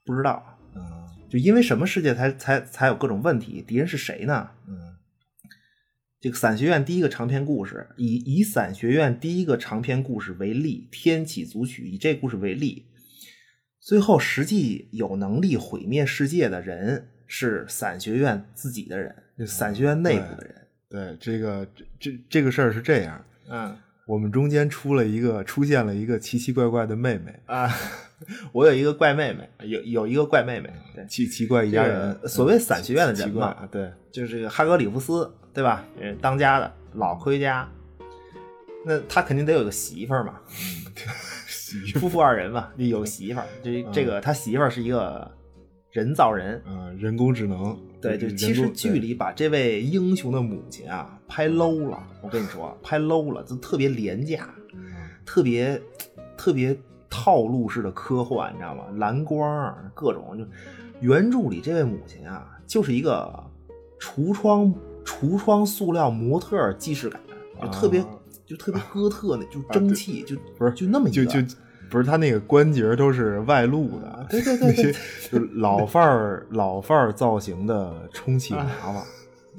S4: 不知道，
S1: 嗯
S4: 就因为什么世界才才才有各种问题，敌人是谁呢？
S1: 嗯
S4: 这个伞学院第一个长篇故事，以以伞学院第一个长篇故事为例，《天启组曲》以这故事为例，最后实际有能力毁灭世界的人是伞学院自己的人，就伞学院内部的人。
S1: 对，这个这这这个事儿是这样，
S4: 嗯
S1: 我们中间出了一个出现了一个奇奇怪怪的妹妹，
S4: 啊， 我有一个怪妹妹，有有一个怪妹妹，对，
S1: 奇奇嗯怪一
S4: 这
S1: 家
S4: 个
S1: 人，
S4: 所谓伞学院的人
S1: 奇怪
S4: 嘛，
S1: 啊，对，
S4: 就是这个哈格里夫斯，对吧？呃，当家的老科学家，那他肯定得有个媳妇儿 嘛，夫妇二人嘛，得有媳妇儿。这这个他媳妇儿是一个人造人，
S1: 嗯，人工智能，
S4: 对，就
S1: 人
S4: 其实
S1: 工
S4: 剧里把这位英雄的母亲啊拍
S1: 嗯
S4: low 了，我跟你说拍 low 了，就特别廉价，
S1: 对嗯
S4: 特别特别套路式的科幻，你知道吗？蓝光儿各种就原著里这位母亲啊，就是一个橱窗橱窗塑料模特儿既视感，就特别、
S1: 啊
S4: 就特别哥特那，就蒸汽，就
S1: 不是
S4: 就那么一
S1: 就
S4: 个
S1: 就不是他那个关节都是外露的，
S4: 啊对对 对对，
S1: 就是老范儿老范儿造型的充气娃
S4: 啊
S1: 娃。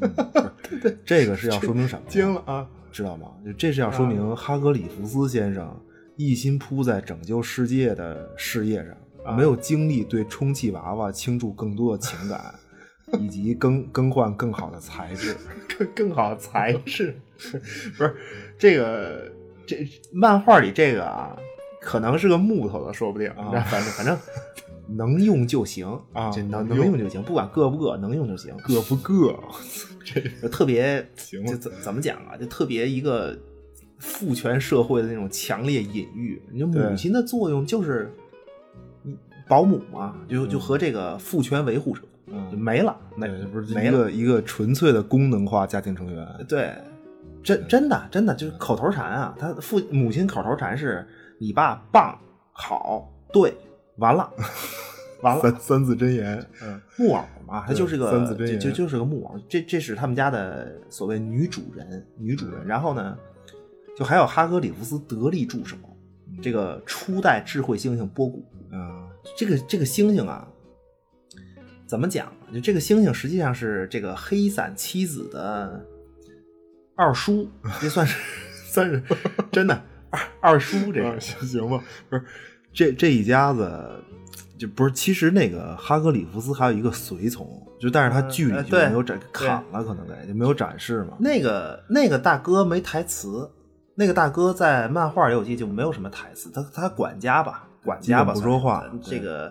S1: 嗯不是这个是要说明什么？
S4: 惊了，啊！
S1: 知道吗？就这是要说明哈格里夫斯先生一心扑在拯救世界的事业上，
S4: 啊
S1: 没有精力对充气娃娃倾注更多的情 感，以及更更换更好的材质。
S4: 更更好材质，不是这个这漫画里这个啊，可能是个木头的，说不定，
S1: 啊
S4: 你知道反正反正能用就行
S1: 啊
S4: 这能
S1: 能
S4: 能
S1: 用
S4: 用就行，不管硌不硌，能用就行，
S1: 硌不硌？
S4: 就特 别
S1: 行
S4: 就
S1: 了
S4: 怎怎么讲啊，就特别一个父权社会的那种强烈隐喻。你就母
S1: 对
S4: 亲的作用就是你保姆嘛，就就和这个父权维护者
S1: 嗯
S4: 就没了，没
S1: 对，不是
S4: 没
S1: 一
S4: 了。呃
S1: 个一个纯粹的功能化家庭成员。
S4: 对，真真的真的就是口头禅啊，他父母亲口头禅是你爸棒好对，完了，
S2: 完了，
S1: 三三字真言，嗯，
S2: 木偶嘛，他
S1: 对
S2: 就是个
S1: 三字真
S2: 就
S1: 言
S2: 就就是个木偶，这这是他们家的所谓女主人，女主人。然后呢，就还有哈格里夫斯得力助手，这个初代智慧猩猩波古，
S1: 嗯
S2: 这个这个猩猩啊，怎么讲？就这个猩猩实际上是这个黑伞妻子的二叔，这算是 算是真的二二叔这
S1: 啊
S2: 个。
S1: 行行吧，
S2: 不是，这这一家子就不是。其实那个哈格里夫斯还有一个随从，就但是他
S1: 嗯
S2: 剧里
S1: 呃
S2: 就
S1: 对
S2: 没有展
S1: 对
S2: 砍了，可能得就没有展示嘛。那个那个大哥没台词，那个大哥在漫画里我记得就没有什么台词，他他管家吧，管家吧
S1: 基本不说话
S2: 算是
S1: 对
S2: 这个。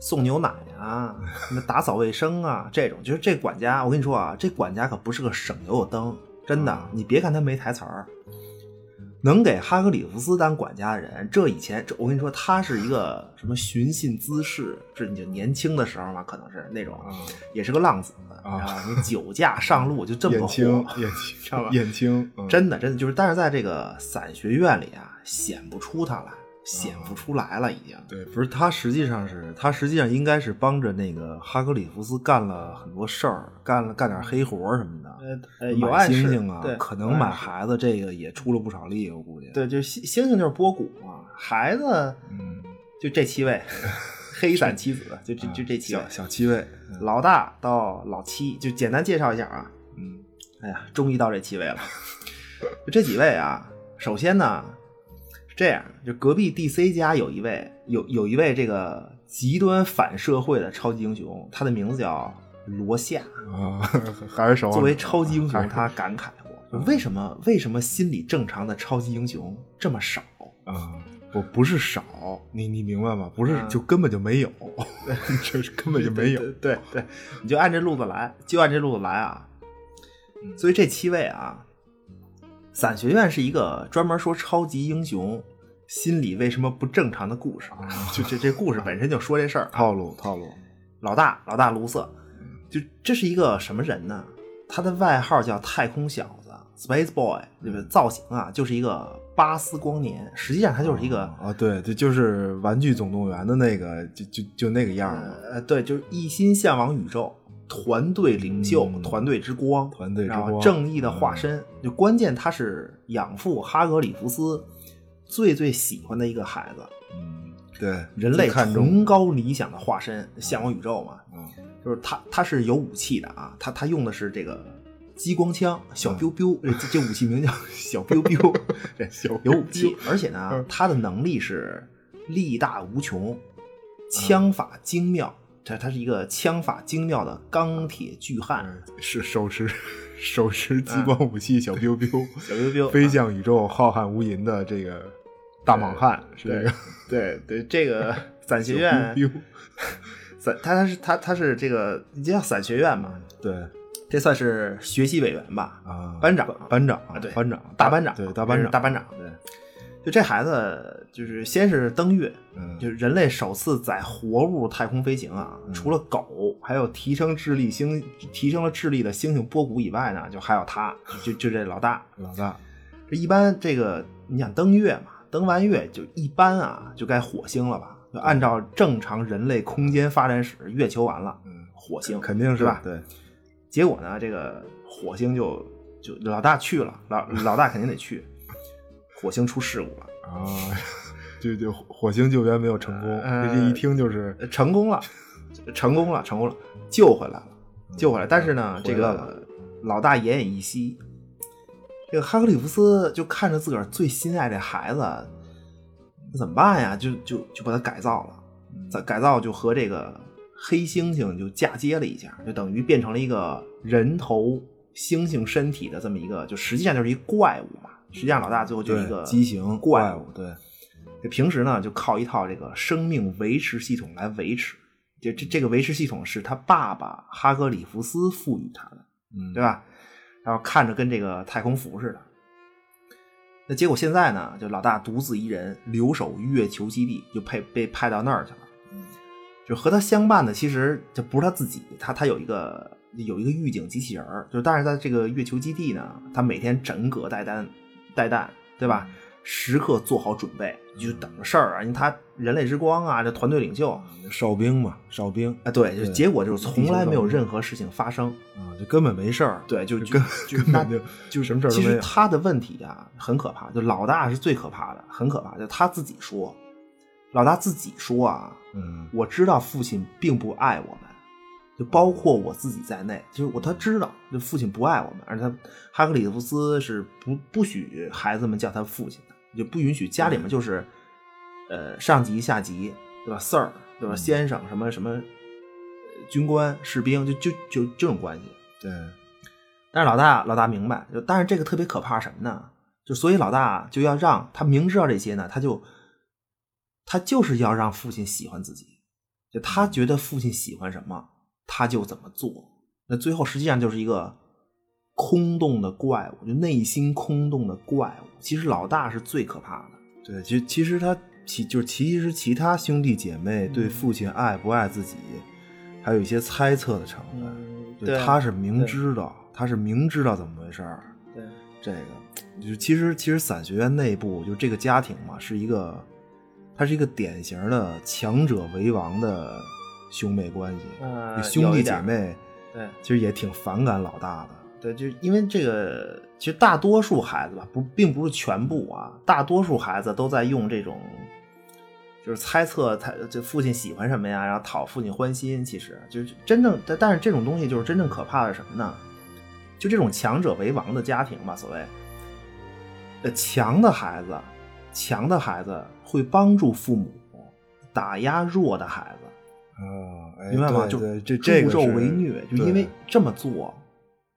S2: 送牛奶 啊，什么打扫卫生啊，这种就是这管家，我跟你说啊，这管家可不是个省油的灯，真的
S1: 嗯。
S2: 你别看他没台词儿，能给哈格里夫斯当管家的人，这以前这我跟你说，他是一个什么寻衅滋事，是你就年轻的时候嘛，可能是那种，也是个浪子
S1: 啊
S2: 啊，你酒驾上路就这么
S1: 燕
S2: 个
S1: 青
S2: 火，
S4: 嗯
S1: 燕
S2: 知道吧
S1: 青燕青，嗯
S2: 真的真的就是，但是在这个伞学院里啊，显不出他来，
S4: 啊
S2: 显不出来了已经。
S1: 对，
S2: 不是他，实际上是他实际上应该是帮着那个哈格里夫斯干了很多事儿，干了干点黑活儿什么的，
S4: 呃，有
S2: 买
S4: 暗
S2: 星
S4: 示，
S2: 星啊
S4: 对，，
S2: 可能买孩子这个也出了不少力，我估计。
S4: 对，就是星星星就是波谷嘛，孩子
S1: 嗯，
S4: 就这 七位，黑伞妻子就就
S1: 啊
S4: 就这七位，
S1: 小小七位，嗯
S4: 老大到老七，就简单介绍一下啊。
S1: 嗯
S4: 哎呀，终于到这七位了， 就这几位啊，首先呢是这样，就隔壁 DC 家有一位有有一位这个极端反社会的超级英雄，他的名字叫罗夏。
S1: 啊，还是手
S4: 作为超级英
S1: 嗯还
S4: 雄，
S1: 是
S4: 他感慨过，为什么为什么心理正常的超级英雄这么少？
S1: 啊，不不是少，你你明白吗？不是就根本 就没有，这是根本就没有，
S4: 嗯对对，你就按这路子来，就按这路子来啊。
S1: 嗯
S4: 所以这七位啊，伞学院是一个专门说超级英雄心理为什么不正常的故事，啊
S1: 哦
S4: 就这这故事本身就说这事儿。啊
S1: 套路套路，
S4: 老大老大卢瑟，
S1: 嗯
S4: 就这是一个什么人呢？他的外号叫太空小子 （Space Boy），对不
S1: 嗯
S4: 对？造型啊，就是一个巴斯光年，实际上他就是一个
S1: 啊，对，这就是《玩具总动员》的那个，就就就那个样儿嘛，
S4: 呃，对，就是一心向往宇宙，团队领袖，
S1: 嗯
S4: 团队之光，
S1: 团队之
S4: 然后
S1: 光
S4: 正义的化身。就关键他是养父哈格里夫斯最最喜欢的一个孩子，
S1: 嗯，对，
S4: 人类
S1: 最看重，
S4: 崇高理想的化身，向往宇宙嘛。
S1: 嗯
S4: 就是他他是有武器的啊，他他用的是这个激光枪，小 biu biu，、这这武器名叫小 biu biu，这
S1: 小
S4: 有武器，而且呢，他的能力是力大无穷，枪法精妙，他他是一个枪法精妙的钢铁巨汉，
S1: 是手持手持激光武器小 biu biu，
S4: 嗯 小 biu biu
S1: 飞向宇宙浩瀚无垠的这个大莽汉是这
S4: 对
S1: 个
S4: 对对，这 个伞学
S1: 小
S4: 院
S1: biu biu，
S4: 伞，他他是他他是这个，你叫伞学院嘛，
S1: 对
S4: 这算是学习委员吧，
S1: 啊，
S4: 班长
S1: 班长
S4: 啊对
S1: 班长
S4: 大班长，
S1: 对大班
S4: 这是
S1: 长
S4: 大班长，对。就这孩子，就是先是登月，
S1: 嗯
S4: 就是人类首次载活物太空飞行啊。除了狗，还有提升智力星提升了智力的猩猩波谷以外呢，就还有他，就就这老大。
S1: 老大
S4: 这一般这个你想登月嘛，登完月就一般啊，就该火星了吧？就按照正常人类空间发展史，月球完了，
S1: 嗯
S4: 火星
S1: 肯定是
S4: 对吧？
S1: 对
S4: 结果呢，这个火星就就老大去了，老老大肯定得去，火星出事故了。
S1: 啊，
S4: 嗯
S1: 就就火星救援没有成功，
S4: 呃
S1: 这一听就是
S4: 呃成 功了，成功了，成功了，救回来了，救回来。但是呢，这
S1: 嗯回来
S4: 个老大奄奄一息，这个哈克里夫斯就看着自个儿最心爱这孩子，那怎么办呀？就就就把他改造了，
S1: 嗯
S4: 在改造就和这个黑猩猩就嫁接了一下，就等于变成了一个人头猩猩身体的这么一个，就实际上就是一怪物嘛。实际上，老大最后就是一
S1: 对
S4: 个
S1: 畸形
S4: 怪
S1: 物，对
S4: 这平时呢，就靠一套这个生命维持系统来维持。这这这个维持系统是他爸爸哈格里夫斯赋予他的，
S1: 嗯
S4: 对吧？然后看着跟这个太空服似的。那结果现在呢，就老大独自一人留守月球基地，就被被派到那儿去了。就和他相伴的，其实这不是他自己，他他有一个有一个预警机器人儿，就但是在这个月球基地呢，他每天枕戈待旦待旦，对吧？时刻做好准备，你就等着事儿啊。因为他人类之光啊，这团队领袖
S2: 哨兵嘛，哨兵
S4: 啊，对，就
S2: 对
S4: 结果就是从来没有
S2: 地球上
S4: 任何事情发生。
S2: 啊，这根本没事儿，
S4: 对，就就
S2: 根
S4: 就
S2: 根
S4: 那
S2: 本就
S4: 就
S2: 什么事儿都
S4: 其
S2: 没
S4: 实
S2: 有
S4: 他的问题啊，很可怕。就老大是最可怕的，很可怕。就他自己说，老大自己说啊，
S2: 嗯
S4: 我知道父亲并不爱我们，就包括我自己在内，就是我他知道，就父亲不爱我们，而他哈克里夫斯是不不许孩子们叫他父亲的，就不允许家
S2: 嗯
S4: 里面就是，呃，上级下级对吧，sir 对
S2: 嗯
S4: 吧，先生什么什么，呃军官士兵就就就这种关系。
S2: 对，
S4: 但是老大老大明白，就但是这个特别可怕什么呢？就所以老大就要让他明知道这些呢，他就他就是要让父亲喜欢自己，就他觉得父亲喜欢什么，他就怎么做。那最后实际上就是一个空洞的怪物，就内心空洞的怪物。其实老大是最可怕的。
S2: 对，其其实他其就是其实其他兄弟姐妹
S4: 嗯
S2: 对父亲爱不爱自己，还有一些猜测的成分。就
S4: 对啊
S2: 他是明知道，他是明知道怎么回事儿。
S4: 对，
S2: 这个就其实其实伞学院内部就这个家庭嘛，是一个，它是一个典型的强者为王的兄妹关系。
S4: 呃
S2: 就兄
S4: 有一
S2: 弟
S4: 点
S2: 姐
S4: 儿
S2: 妹
S4: 对
S2: 其实也挺反感老大的。
S4: 对，就因为这个，其实大多数孩子吧，不，并不是全部啊，大多数孩子都在用这种，就是猜测他这父亲喜欢什么呀，然后讨父亲欢心。其实就是真正，但但是这种东西就是真正可怕的是什么呢？就这种强者为王的家庭吧，所谓，呃，强的孩子，强的孩子会帮助父母打压弱的孩子。
S2: 啊，哎
S4: 明白吗？
S2: 对
S4: 就
S2: 对这这个
S4: 助纣
S2: 是
S4: 为虐，就
S2: 对
S4: 因为这么做，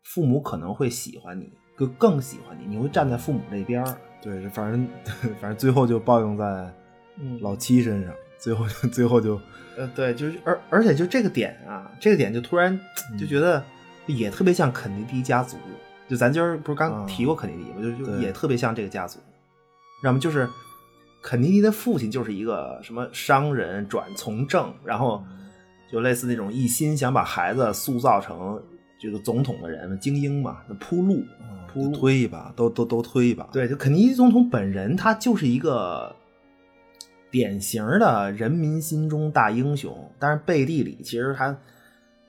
S4: 父母可能会喜欢你，就更喜欢你，你会站在父母这边儿。
S2: 对，这反正 反正最后就报应在
S4: 嗯
S2: 老七身上，最后就最后就
S4: 呃，对，就是而而且就这个点啊，这个点就突然就觉得也特别像肯尼迪家族。就咱今儿不是刚
S2: 啊
S4: 提过肯尼迪吗？就就
S2: 对
S4: 也特别像这个家族。要么就是肯尼迪的父亲就是一个什么商人转从政，然后就类似那种一心想把孩子塑造成这个总统的人精英嘛，那铺路铺
S2: 就
S4: 路
S2: 推一把，都都都推一把。
S4: 对，就肯尼迪总统本人，他就是一个典型的人民心中大英雄，但是背地里其实他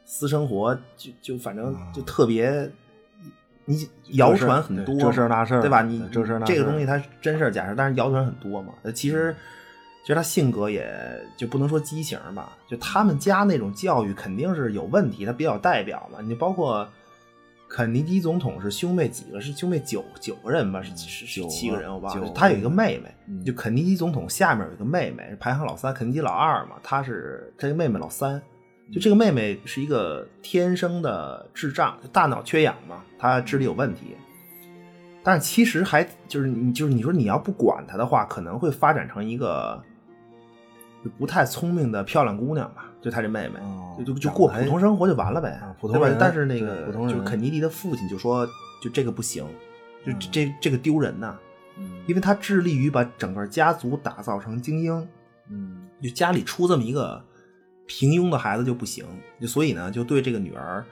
S4: 私生活就就反正就特别，你谣传很多嘛，
S2: 对啊这事儿那事儿
S4: 对吧？你
S2: 对这事儿那
S4: 这个
S2: 事儿
S4: 东西它是真事儿假事儿，但是谣传很多嘛。呃其
S2: 嗯
S4: 实其实他性格也就不能说畸形吧，就他们家那种教育肯定是有问题，他比较有代表嘛。你包括肯尼迪总统是兄妹几个？是兄妹九九个人吧？是是是
S2: 九个
S4: 七个人，我忘
S2: 九
S4: 了。
S2: 个
S4: 他有一个妹妹，
S2: 嗯
S4: 就肯尼迪总统下面有一个妹妹，排行老三，肯尼迪老二嘛，他是这个妹妹老三。
S2: 嗯
S4: 就这个妹妹是一个天生的智障，就大脑缺氧嘛，她智力有问题。但是其实还就是你就是你说你要不管她的话，可能会发展成一个就不太聪明的漂亮姑娘吧，就她这妹妹，
S2: 哦
S4: 就就就过普通生活就完了呗，
S2: 啊普通
S4: 对吧
S2: 人
S4: 但是那
S2: 对
S4: 个
S2: 普通人啊
S4: 就肯尼迪的父亲就说，就这个不行，就
S2: 嗯
S4: 这、这个丢人呐、
S2: 嗯，
S4: 因为他致力于把整个家族打造成精英，
S2: 嗯
S4: 就家里出这么一个平庸的孩子就不行，就所以呢，就对这个女儿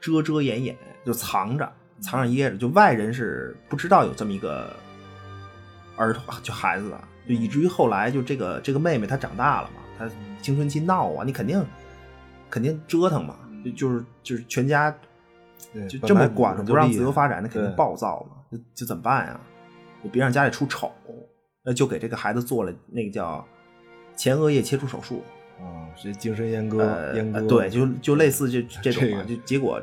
S4: 遮遮掩掩，就藏着藏着掖着，就外人是不知道有这么一个儿童就孩子的，啊就以至于后来就这个这个妹妹她长大了嘛，她青春期闹啊，你肯定肯定折腾嘛，就就是就是全家
S2: 对
S4: 就
S2: 本
S4: 这么
S2: 来
S4: 管
S2: 骨头
S4: 着不
S2: 就
S4: 让
S2: 厉
S4: 自由
S2: 害
S4: 发展，那肯定
S2: 对
S4: 暴躁嘛，就就怎么办呀？就别让家里出丑，那就给这个孩子做了那个叫前额叶切除手术，
S2: 啊，这精神阉割
S4: 呃，
S2: 阉割
S4: 呃对，就就类 似这这种嘛，
S2: 这
S4: 就结果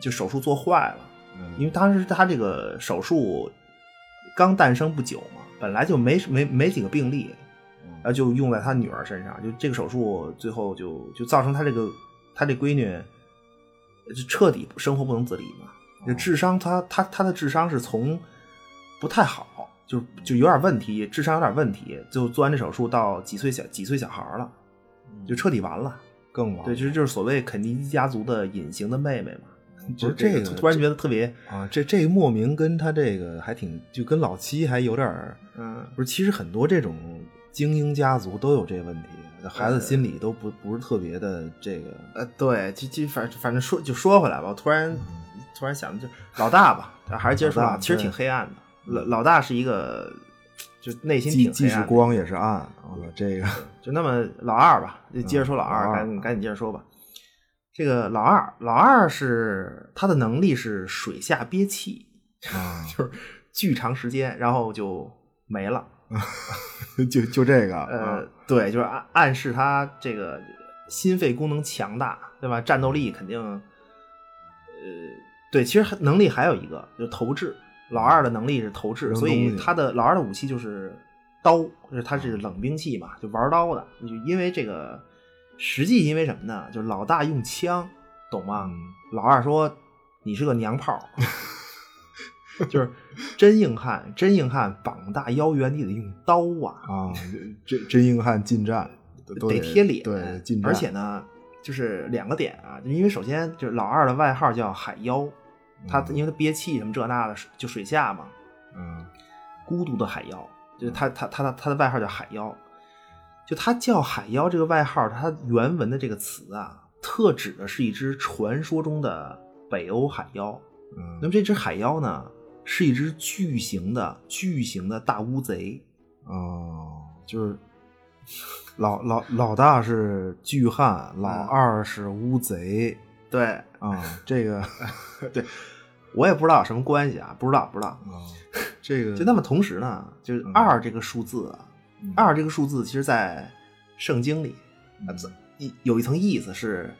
S4: 就手术做坏了，
S2: 嗯
S4: 因为当时他这个手术刚诞生不久嘛，本来就没没没几个病例，
S2: 嗯
S4: 然后就用在他女儿身上，就这个手术最后就就造成他这个他这闺女就彻底生活不能自理嘛，就智商他他他的智商是从不太好，就就有点问题，智商有点问题，就做完这手术到几岁小几岁小孩了，就彻底完了。
S2: 更完
S4: 对，其实就是所谓肯尼基家族的隐形的妹 妹嘛。
S2: 不是
S4: 这
S2: 这个
S4: 突然觉得特别，
S2: 啊，这这莫名跟他这个还挺，就跟老七还有点儿，
S4: 嗯，
S2: 不是，其实很多这种精英家族都有这问题，孩子心里都不不是特别的这个，
S4: 呃，对，就就反反正说就说回来吧，我突然突嗯然想，就老大吧，还是接着说
S2: 老
S4: 啊，
S2: 大
S4: 其实挺
S2: 对
S4: 黑暗的。老老大是一个就内心
S2: 即
S4: 挺
S2: 即
S4: 黑暗
S2: 使
S4: 的
S2: 光也是暗。我操，这 个
S4: 就那么老二吧，就接着说老二，
S2: 嗯老二
S4: 赶紧赶紧接着说吧。这个老二，老二是他的能力是水下憋气，
S2: 啊，
S4: 巨长时间，然后就没了。
S2: 就就这个，啊
S4: 呃，对，就是暗暗示他这个心肺功能强大，对吧？战斗力肯定，呃，对，其实能力还有一个就是投掷。老二的能力是投掷，
S2: 扔
S4: 所
S2: 东
S4: 以
S2: 西
S4: 他的老二的武器就是刀，就是他是冷兵器嘛，就玩刀的。就因为这个，实际因为什么呢？就是老大用枪，懂吗？
S2: 嗯
S4: 老二说：“你是个娘炮儿。” 就是真硬汉，真硬汉膀大腰圆，你得用刀啊！
S2: 啊，真真硬汉近战，都
S4: 得
S2: 得
S4: 贴脸，啊
S2: 对，近战，
S4: 而且呢，就是两个点啊，因为首先就是老二的外号叫海妖，他
S2: 嗯
S4: 因为他憋气什么这那的，就水下嘛，
S2: 嗯
S4: 孤独的海妖，就是他他他他他的外号叫海妖，就他叫海妖这个外号，他原文的这个词啊，特指的是一只传说中的北欧海妖。那
S2: 嗯
S4: 么这只海妖呢，是一只巨型的巨型的大乌贼，
S2: 哦，就是老老老大是巨汉，老二是乌贼
S4: 对
S2: 啊，这个
S4: 我也不知道什么关系啊，不知道不知道。
S2: 啊， 这个
S4: 就那么同时呢，就是
S2: 嗯
S4: 二这个数字啊，
S2: 嗯
S4: 二这个数字其实在圣经里呃
S2: 嗯
S4: 一有一层意思是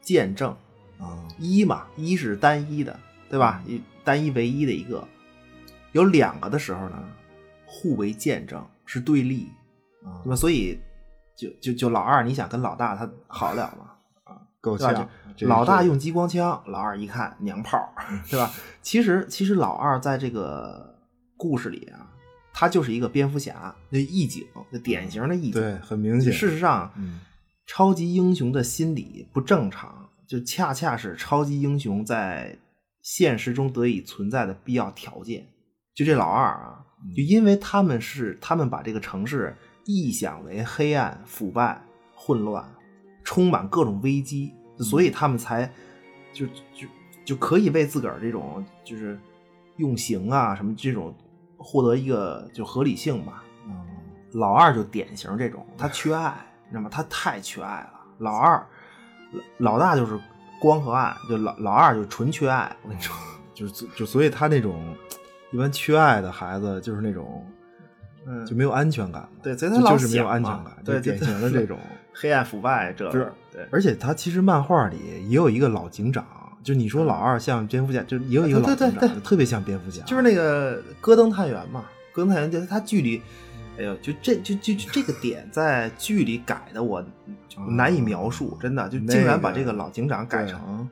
S4: 见证，
S2: 啊，
S4: 一嘛，一是单一的，对吧？
S2: 嗯
S4: 一单一唯一的一个，有两个的时候呢，互为见证是对立，
S2: 啊
S4: 那么所以就就就老二，你想跟老大他好了吗？
S2: 够
S4: 对吧
S2: 呛，这
S4: 就
S2: 个嗯
S4: 老大
S2: 是
S4: 用激光枪，老二一看娘炮儿，对吧？其实其实老二在这个故事里啊，他就是一个蝙蝠侠，就义警，就典型的义警。
S2: 对，很明显
S4: 事实上，
S2: 嗯
S4: 超级英雄的心理不正常，就恰恰是超级英雄在现实中得以存在的必要条件。就这老二啊，
S2: 嗯
S4: 就因为他们是他们把这个城市臆想为黑暗、腐败、混乱，充满各种危机，所以他们才就就就可以为自个儿这种就是用刑啊什么这种获得一个就合理性吧。
S2: 嗯
S4: 老二就典型这种，他缺爱，你知道吗？他太缺爱了。老二，老老大就是光和爱，就老老二就纯缺爱。我跟你说，
S2: 就是就所以他那种一般缺爱的孩子就是那种
S4: 嗯
S2: 就没有安全感嘛，
S4: 对，所以他
S2: 就
S4: 老
S2: 就是没有
S4: 想
S2: 安全
S4: 嘛
S2: 感，
S4: 对，
S2: 就典型的这种。
S4: 黑暗腐败这
S2: 不是
S4: 个，对，
S2: 而且他其实漫画里也有一个老警长，就你说老二像蝙蝠侠，就也有一个老
S4: 嗯
S2: 警
S4: 对对
S2: 长，
S4: 对对
S2: 特别像蝙蝠侠，
S4: 就是那个戈登探员嘛，戈登探员就是他剧里，哎呦，就这就就就这个点在剧里改的我就难以描述，真的就竟然把这个老警长改成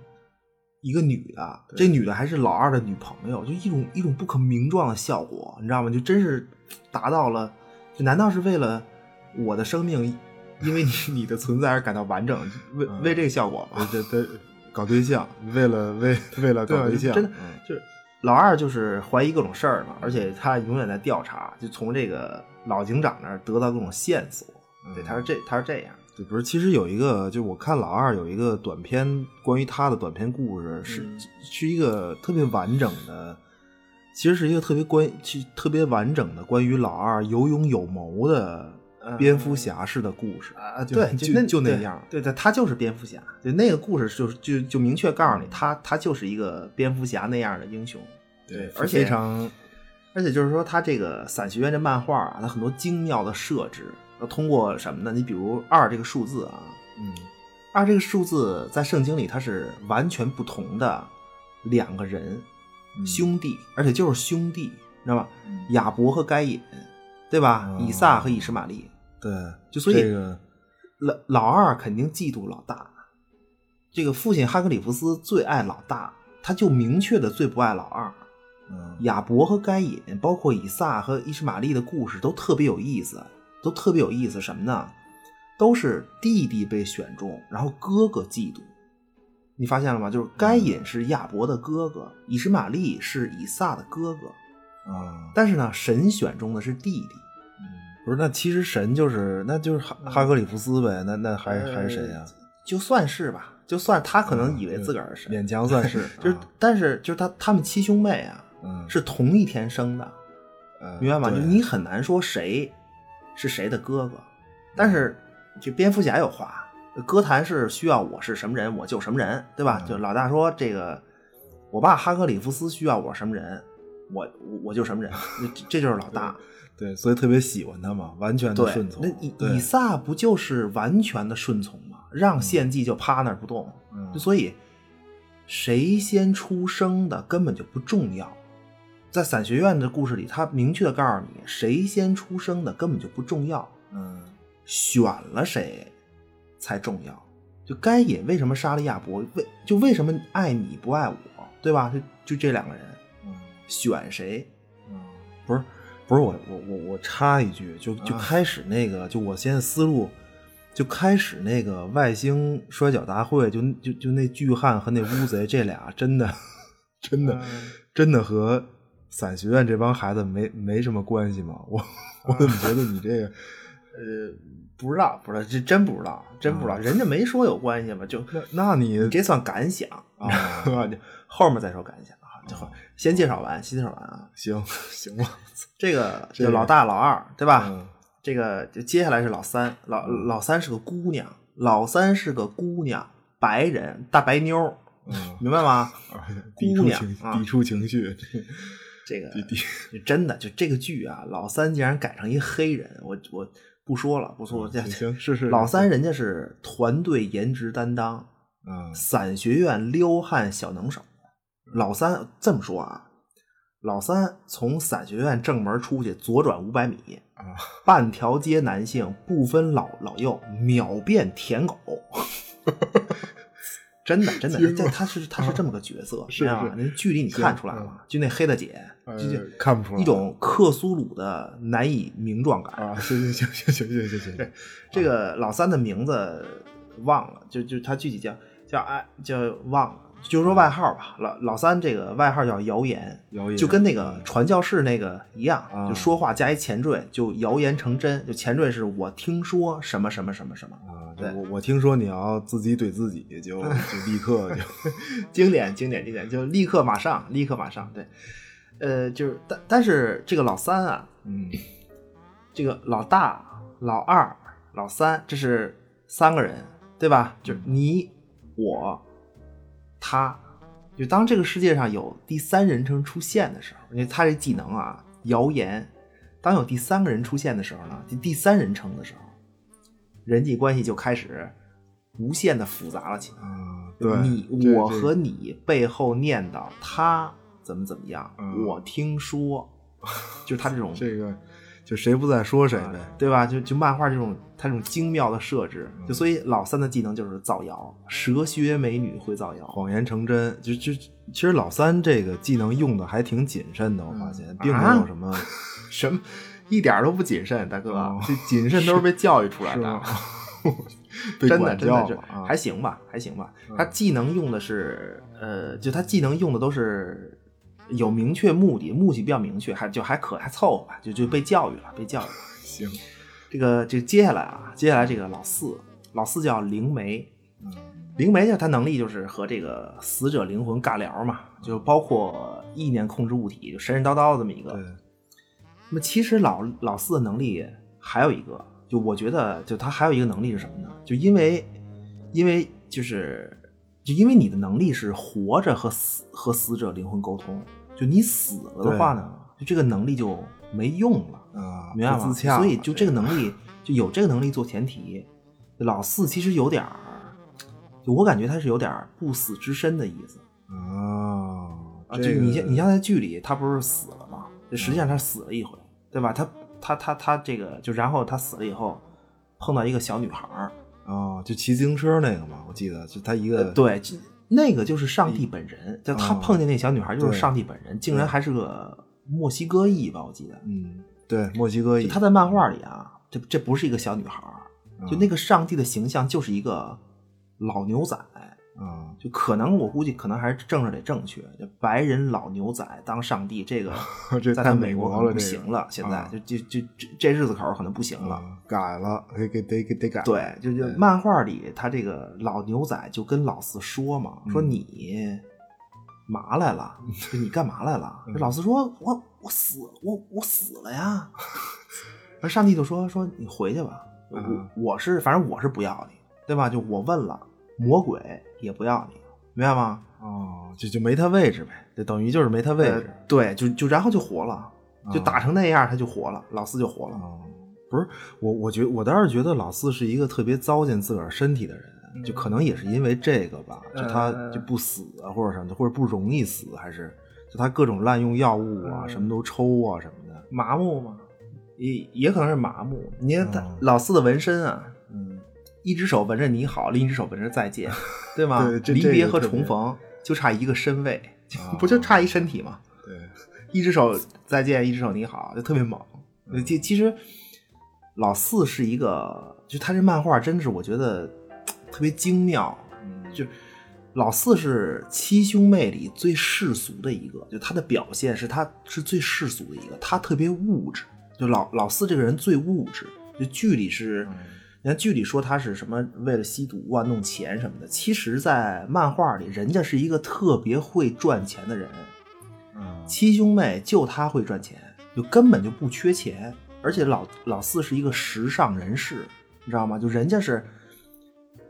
S4: 一个女的，这女的还是老二的女朋友，就一种一种不可名状的效果，你知道吗？就真是达到了，就难道是为了我的生命？因为你 你的存在而感到完整，为
S2: 嗯
S4: 为这个效果吗？
S2: 对对对搞对象，为了为为了
S4: 对
S2: 搞对
S4: 就
S2: 象，
S4: 真的
S2: 嗯
S4: 就是老二就是怀疑各种事儿嘛，而且他永远在调查，就从这个老警长那儿得到各种线索。对，
S2: 嗯
S4: 他是这，他是这样。
S2: 对，不是，其实有一个，就我看老二有一个短篇关于他的短篇故事，是、
S4: 嗯
S2: 是一个特别完整的，其实是一个特别关，其实特别完整的关于老二有勇有谋的
S4: 嗯
S2: 蝙蝠侠式的故事
S4: 啊，
S2: 就
S4: 对，
S2: 就
S4: 那
S2: 就那
S4: 对
S2: 样
S4: 对对，他就是蝙蝠侠。对，那个故事就是就就明确告诉你，他他就是一个蝙蝠侠那样的英雄。对而且
S2: 非常
S4: 而且就是说，他这个伞学院这漫画啊，它很多精妙的设置，那通过什么呢？你比如二这个数字啊，
S2: 嗯
S4: 二这个数字在圣经里它是完全不同的两个人，
S2: 嗯
S4: 兄弟，而且就是兄弟，知道吧？亚伯和该隐，对吧？
S2: 哦
S4: 以撒和以实玛利，
S2: 对，
S4: 就所以
S2: 这个
S4: 老老二肯定嫉妒老大。这个父亲哈克里夫斯最爱老大，他就明确的最不爱老二。
S2: 嗯
S4: 亚伯和该隐，包括以撒和伊什玛利的故事都特别有意思，都特别有意思。什么呢？都是弟弟被选中，然后哥哥嫉妒。你发现了吗？就是该隐是亚伯的哥哥，以实玛利是以撒的哥哥。
S2: 啊，
S4: 但是呢，神选中的是弟弟。
S2: 不是，那其实神就是那就是哈哈克里夫斯呗，那那还还是谁啊呀、
S4: 就算是吧，就算他可能以为
S2: 嗯
S4: 自个儿是神，
S2: 勉强算是
S4: ，就是
S2: 啊
S4: 但是就是他他们七兄妹啊
S2: 嗯
S4: 是同一天生的，
S1: 嗯
S4: 明白吗？就
S1: 对
S4: 你很难说谁是谁的哥哥，但是这蝙蝠侠有话，歌坛是需要我是什么人，我就什么人，
S2: 嗯
S4: 对吧？就老大说这个，我爸哈克里夫斯需要我什么人，我我我就什么人，这这就是老大。
S1: 对，所以特别喜欢他嘛，完全的
S4: 对
S1: 顺，从。
S4: 那以
S1: 对
S4: 以撒不就是完全的顺从吗？让献祭就趴那儿不动，
S1: 嗯
S4: 就所以谁先出生的根本就不重要。在伞学院的故事里，他明确的告诉你，谁先出生的根本就不重要，
S1: 嗯
S4: 选了谁才重要。就该隐为什么杀了亚伯？为就为什么爱你不爱我，对吧？就就这两个人
S1: 嗯
S4: 选谁？
S1: 嗯，不是不是我我我我插一句，就就
S4: 啊
S1: 开始那个，就我现在思路。就开始那个外星摔跤大会，就就就那巨汉和那乌贼，这俩真的真的、真的和伞学院这帮孩子没没什么关系吗？我我怎么觉得你这个
S4: 呃，不知道，不知道，这真不知道，真不知道，人家没说有关系嘛，就
S1: 嗯那那你
S4: 你这算感想，
S1: 啊
S4: 是吧？就后面再说感想啊，
S1: 哦
S4: 这会儿先介绍完，先介绍完啊。
S1: 行 行吧，
S4: 这个
S1: 这
S4: 就老大、老二，对吧？
S1: 嗯
S4: 这个就接下来是老三，老老三是个姑娘，老三是个姑娘，白人大白妞儿，
S1: 嗯，
S4: 明白吗？
S1: 抵
S4: 姑
S1: 触
S4: 娘
S1: 情
S4: 啊
S1: 抵触情绪，
S4: 这个
S1: 抵抵
S4: 就真的就这个剧啊，老三竟然改成一黑人，我我不说了，不 说了，这
S1: 行行是是
S4: 老三人家是团队颜值担当，
S1: 啊
S4: 伞学院撩汉小能手。老三这么说啊，老三从伞学院正门出去，左转五百米，
S1: 啊
S4: 半条街男性不分老老幼，秒变舔 狗。真的，真的，
S1: 惊
S4: 这
S1: 了
S4: 他是他是这么个角色，
S1: 是
S4: 你知道吗
S1: 是
S4: 那剧里你看出来
S1: 行
S4: 了，就那黑大姐，
S1: 呃
S4: 就就
S1: 看不出来
S4: 一种克苏鲁的难以名状感。
S1: 啊，行行行行行行行行，
S4: 这个老三的名字忘了，就就他具体叫叫哎叫忘了，就说外号吧。老老三这个外号叫谣言，
S1: 谣言
S4: 就跟那个传教士那个一样，
S1: 啊
S4: 就说话加一前缀，就谣言成真。就前缀是我听说什么什么什么什么，
S1: 啊，
S4: 对
S1: 这我我听说你要自己怼自己， 就就立刻就
S4: 经典经典经典，就立刻马上立刻马上对。呃，就是但但是这个老三啊，
S1: 嗯
S4: 这个老大、老二、老三，这是三个人，对吧？就是你、我、他。就当这个世界上有第三人称出现的时候，因为他这技能啊，谣言。当有第三个人出现的时候呢，就第三人称的时候，人际关系就开始无限的复杂了起来。
S1: 啊，对，
S4: 你
S1: 这
S4: 我
S1: 这
S4: 和你背后念叨他怎么怎么样，
S1: 嗯
S4: 我听 说，就是他这种
S1: 这个就谁不在说谁呗，
S4: 对吧？就就漫画这种它这种精妙的设置，
S1: 嗯
S4: 就所以老三的技能就是造谣，蛇蝎美女会造谣，
S1: 谎言成真，就就其实老三这个技能用的还挺谨慎的，我发现并没有什么
S4: 嗯啊什么一点都不谨慎，大哥，
S1: 哦
S4: 这谨慎都是被教育出来
S1: 是
S4: 的
S1: 吗，被
S4: 真的
S1: 管
S4: 真的
S1: 教
S4: 是
S1: 了啊，嗯
S4: 还行吧，还行吧。他技能用的是呃，就他技能用的都是有明确目的，目的比较明确，还就还可还凑合吧，就就被教育了，被教育了。
S1: 行，
S4: 这个这个接下来啊，接下来这个老四，老四叫灵媒，灵媒呢，他能力就是和这个死者灵魂尬聊嘛，就包括意念控制物体，就神神叨叨的这么一个。
S1: 对，
S4: 那么其实老老四的能力还有一个，就我觉得就他还有一个能力是什么呢？就因为因为就是就因为你的能力是活着和死和死者灵魂沟通，就你死了的话呢，就这个能力就没用了。
S1: 啊，
S4: 明白
S1: 不
S4: 吗？
S1: 自洽了，
S4: 所以就这个能力，就有这个能力做前提。老四其实有点儿，就我感觉他是有点儿不死之身的意思
S1: 啊，
S4: 啊。
S1: 这
S4: 就
S1: 个
S4: 你像你像在剧里，他不是死了吗？就实际上他死了一回，对吧？他他他他这个就然后他死了以后，碰到一个小女孩儿，
S1: 啊，就骑自行车那个嘛，我记得就他一个
S4: 呃对，就那个就是上帝本人，就他
S1: 哦
S4: 碰见那小女孩就是
S1: 对
S4: 上帝本人，竟然还是个墨西哥裔吧，我记得。
S1: 嗯，对，墨西哥裔，
S4: 他在漫画里啊，这这不是一个小女孩儿，
S1: 嗯
S4: 就那个上帝的形象就是一个老牛仔，
S2: 嗯
S1: 啊，，
S4: 就可能我估计可能还是政治得正确，就白人老牛仔当上帝这个
S1: 这
S4: 在
S1: 太
S4: 他
S1: 美
S4: 美国
S1: 国
S4: 可能
S1: 了
S4: 不
S1: 这个
S4: 行了，现在
S1: 啊
S4: 就就就这这日子口儿可能
S2: 嗯
S4: 不行了。
S1: 啊改了，给给得给得改了，
S4: 对，就就
S1: 对
S4: 漫画里他这个老牛仔就跟老四说嘛，说
S1: 嗯
S4: 你嘛来了？就你干嘛来了？这老四说：“我我死我我死了呀。”而上帝就说：“说你回去吧，
S1: 嗯
S4: 我我是反正我是不要你，对吧？就我问了，魔鬼也不要你，明白吗？
S2: 哦，就就没他位置呗，这等于就是没他位
S4: 呃
S2: 置。
S4: 对，就就然后就活了，就
S2: 啊
S4: 打成那样，他就活了，老四就活了。
S2: 哦，不是，我我觉我当时觉得老四是一个特别糟践自个儿身体的人，就可能也是因为这个吧，就他就不死啊，或者什么的，或者不容易死，还是就他各种滥用药物啊，什么都抽啊什么的。
S4: 麻木嘛，也也可能是麻木。你看他、
S2: 哦
S4: 老四的纹身啊，
S2: 嗯，
S4: 一只手纹着你好，另一只手纹着再见，对吗？
S1: 对这
S4: 离
S1: 这
S4: 别
S1: 个
S4: 和
S1: 特别
S4: 重逢就差一个身位，
S2: 啊
S4: 不就差一身体吗？
S2: 对，
S4: 一只手再见，一只手你好，就特别猛。呃其其实老四是一个，就他这漫画真是我觉得特别精妙。就老四是七兄妹里最世俗的一个，就他的表现是他是最世俗的一个，他特别物质。就老老四这个人最物质，就剧里是。你看剧里说他是什么为了吸毒啊、弄钱什么的，其实，在漫画里，人家是一个特别会赚钱的人，
S2: 嗯
S4: 七兄妹就他会赚钱，就根本就不缺钱，而且老老四是一个时尚人士，你知道吗？就人家是，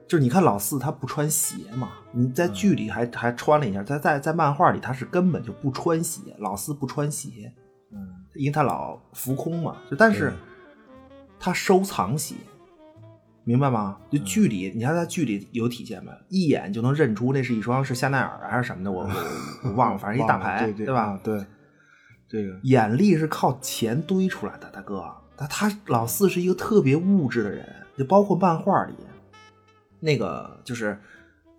S4: 就是你看老四他不穿鞋嘛，你
S2: 嗯
S4: 在剧里还、还穿了一下，在在在漫画里他是根本就不穿鞋，老四不穿鞋，
S2: 嗯，
S4: 因为他老浮空嘛，就但是
S2: 对
S4: 他收藏鞋，明白吗？
S2: 嗯
S4: 就剧里，你看他剧里有体现没？一眼就能认出那是一双是香奈儿啊还是什么的，我我我忘了，反正一大牌，
S2: 对对
S4: 吧？
S2: 啊对，这个
S4: 眼力是靠钱堆出来的，大哥。他他老四是一个特别物质的人，就包括漫画里那个就是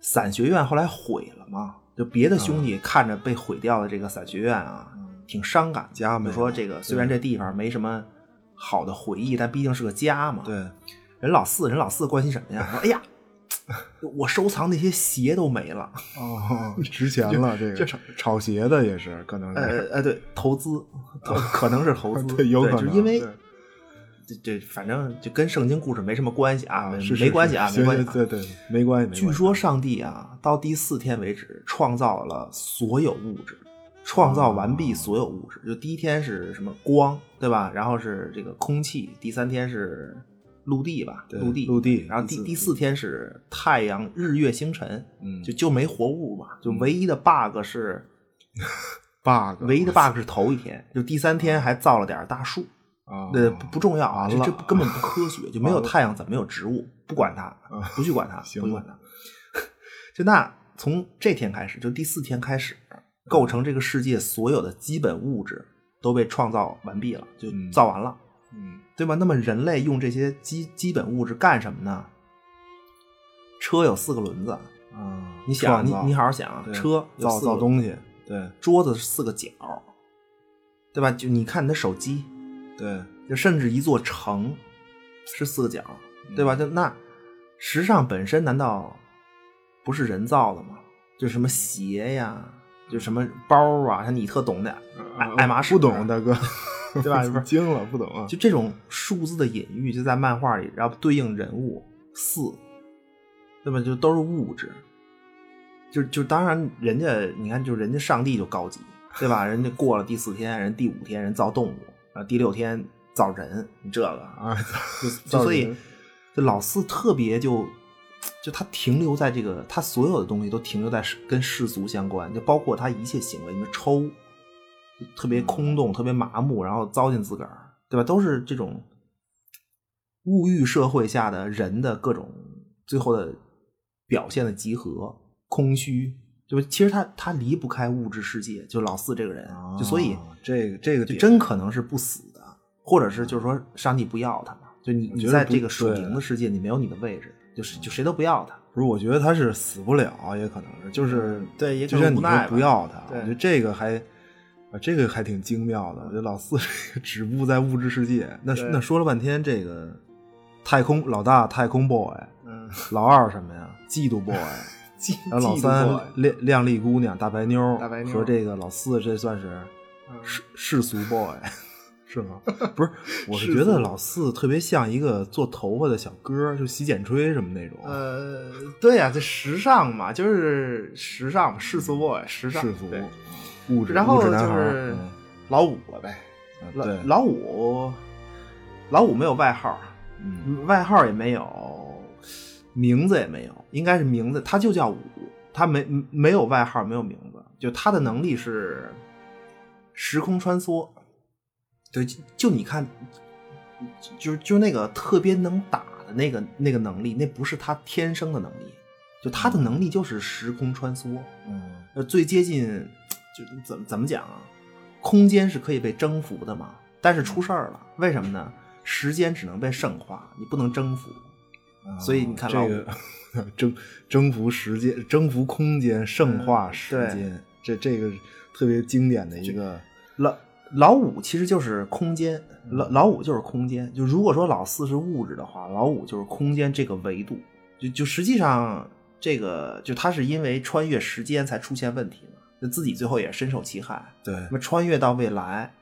S4: 伞学院后来毁了嘛，就别的兄
S2: 嗯
S4: 弟看着被毁掉的这个伞学院啊，挺伤感的。
S2: 家没
S4: 就
S2: 了
S4: 说这个虽然这地方没什么好的回忆，但毕竟是个家嘛。
S2: 对，
S4: 人老四人老四关心什么呀？说哎呀，我收藏那些鞋都没 了。
S2: 哦， 值钱了，这个
S4: 就
S2: 炒炒鞋的也是，可能
S4: 呃
S2: 是，
S4: 呃，对，投资，投可能是 投资，
S2: 对有可
S4: 呃就是
S2: 能
S4: 因为
S2: 对
S4: 这这反正就跟圣经故事没什么关系啊，没
S2: 是是
S4: 没关系啊，
S2: 是
S4: 没关系啊、
S2: 对对对，没关系，没
S4: 据
S2: 关系
S4: 说上帝啊，到第四天为止，创造了所有物质，创造完
S2: 啊
S4: 毕所有物质。就第一天是什么光，对吧？然后是这个空气，第三天是陆地吧，
S2: 对
S4: 陆地，
S2: 陆地
S4: 然后第
S2: 第四
S4: 第四天是太阳、日月、星辰，
S2: 嗯
S4: 就就没活物嘛，就唯一的 bug 是
S2: bug，
S4: 唯一的 bug 是头一天，就第三天还造了点大树，
S2: 啊，
S4: 呃，不不重要啊，
S2: 完
S4: 这
S2: 了
S4: 这不根本不科学，就没有太阳怎么有植物？不管它，不去管它，
S2: 啊行
S4: 不去管它。 就那从这天开始，就第四天开始，构成这个世界所有的基本物质都被创造完毕了，就
S2: 嗯
S4: 造完了，
S2: 嗯
S4: 对吧？那么人类用这些基基本物质干什么呢？车有四个轮子，
S2: 啊，
S4: 你想，你
S2: 创造
S4: 你好好想啊，
S2: 对
S4: 车有
S2: 造
S4: 四
S2: 造
S4: 个轮
S2: 东西，对
S4: 桌子是四个角，对吧？就你看你的手机，
S2: 对，
S4: 就甚至一座城是四个角，
S2: 嗯
S4: 对吧？就那时尚本身难道不是人造的吗？就什么鞋呀，就什么包啊，像你特懂的爱爱马仕，
S2: 呃
S4: 啊
S2: 不懂大哥，
S4: 对吧是不是
S2: 惊了，不懂啊，
S4: 就这种数字的隐喻就在漫画里，然后对应人物四，对吧？就都是物质，就就当然人家你看，就人家上帝就高级，对吧？人家过了第四天，人第五天人造动物，然后第六天造人，你这个
S2: 啊，就
S4: 就所以就老四特别就就他停留在这个，他所有的东西都停留在世跟世俗相关，就包括他一切行为，你说抽，就特别空洞，特别麻木，然后糟践自个儿，对吧？都是这种物欲社会下的人的各种最后的表现的集合，空虚。就其实他他离不开物质世界，就老四这个人，就所
S1: 哦
S4: 以
S2: 啊这个这个
S4: 就
S2: 点
S4: 真可能是不死的，或者是就是说上帝不要他嘛，就你
S2: 我
S4: 你
S2: 觉得
S4: 在
S2: 不
S4: 这个属
S2: 对
S4: 灵的世界，你没有你的位置，就是就谁都不要他。
S2: 不是，我觉得他是死不了，也可能是，就是
S4: 嗯对也可
S2: 就
S4: 能
S2: 像你
S4: 无奈
S2: 说
S4: 吧
S2: 不要他，我
S4: 对
S2: 觉得这个还啊，这个还挺精妙的。我觉得老四 这个止步在物质世界，那
S4: 对
S2: 那说了半天这个太空老大太空 boy，
S4: 嗯，
S2: 老二什么呀？嫉 妒 boy，然后老三靓靓丽姑娘大白妞儿
S4: 大白妞儿嗯
S2: 和这个老四，这算是世世俗 boy，
S1: 是吗？不是，我是觉得老四特别像一个做头发的小哥，就洗剪吹什么那种。
S4: 呃，对呀、这时尚嘛，就是时尚嘛，世俗 boy，时尚，
S1: 世俗
S4: 对，
S1: 物质
S4: 然后
S1: 物质
S4: 就
S1: 男孩儿，
S4: 是
S1: 嗯
S4: 老五了呗。
S1: 啊
S4: 老
S1: 对，
S4: 老五，老五没有外号，
S1: 嗯
S4: 外号也没有，名字也没有，应该是名字，他就叫五，他没没有外号，没有名字，就他的能力是时空穿梭。对，就就你看，就就那个特别能打的那个那个能力，那不是他天生的能力，就他的能力就是时空穿梭，
S1: 嗯
S4: 呃，最接近，就怎么怎么讲啊？空间是可以被征服的嘛，但是出事儿了，为什么呢？时间只能被圣化，你不能征服。
S1: 啊
S4: 所以你看老
S1: 这个 征征服时间、征服空间、
S4: 嗯
S1: 圣化时间，这这个是特别经典的一个
S4: 老老五其实就是空间，老老五就是空间。就如果说老四是物质的话，老五就是空间这个维度。就就实际上这个就他是因为穿越时间才出现问题嘛，就自己最后也深受其害。
S1: 对
S4: 什么穿越到未来，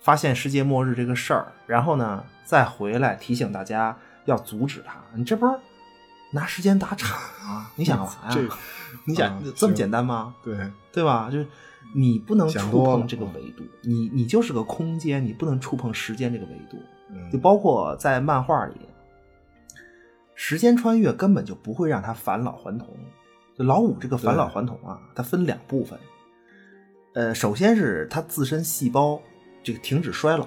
S4: 发现世界末日这个事儿，然后呢再回来提醒大家要阻止它。你这不是拿时间打岔 吗？你想干嘛
S1: 这
S4: 呀？ 你想、
S1: 啊
S4: 这么
S1: 行
S4: 简单吗？
S1: 对
S4: 对吧？就是你不能
S1: 想
S4: 触
S1: 多了
S4: 碰这个维度，你你就是个空间，你不能触碰时间这个维度。
S1: 嗯
S4: 就包括在漫画里，时间穿越根本就不会让他返老还童。就老五这个返老还童啊，它分两部分。呃，首先是他自身细胞这个停止衰老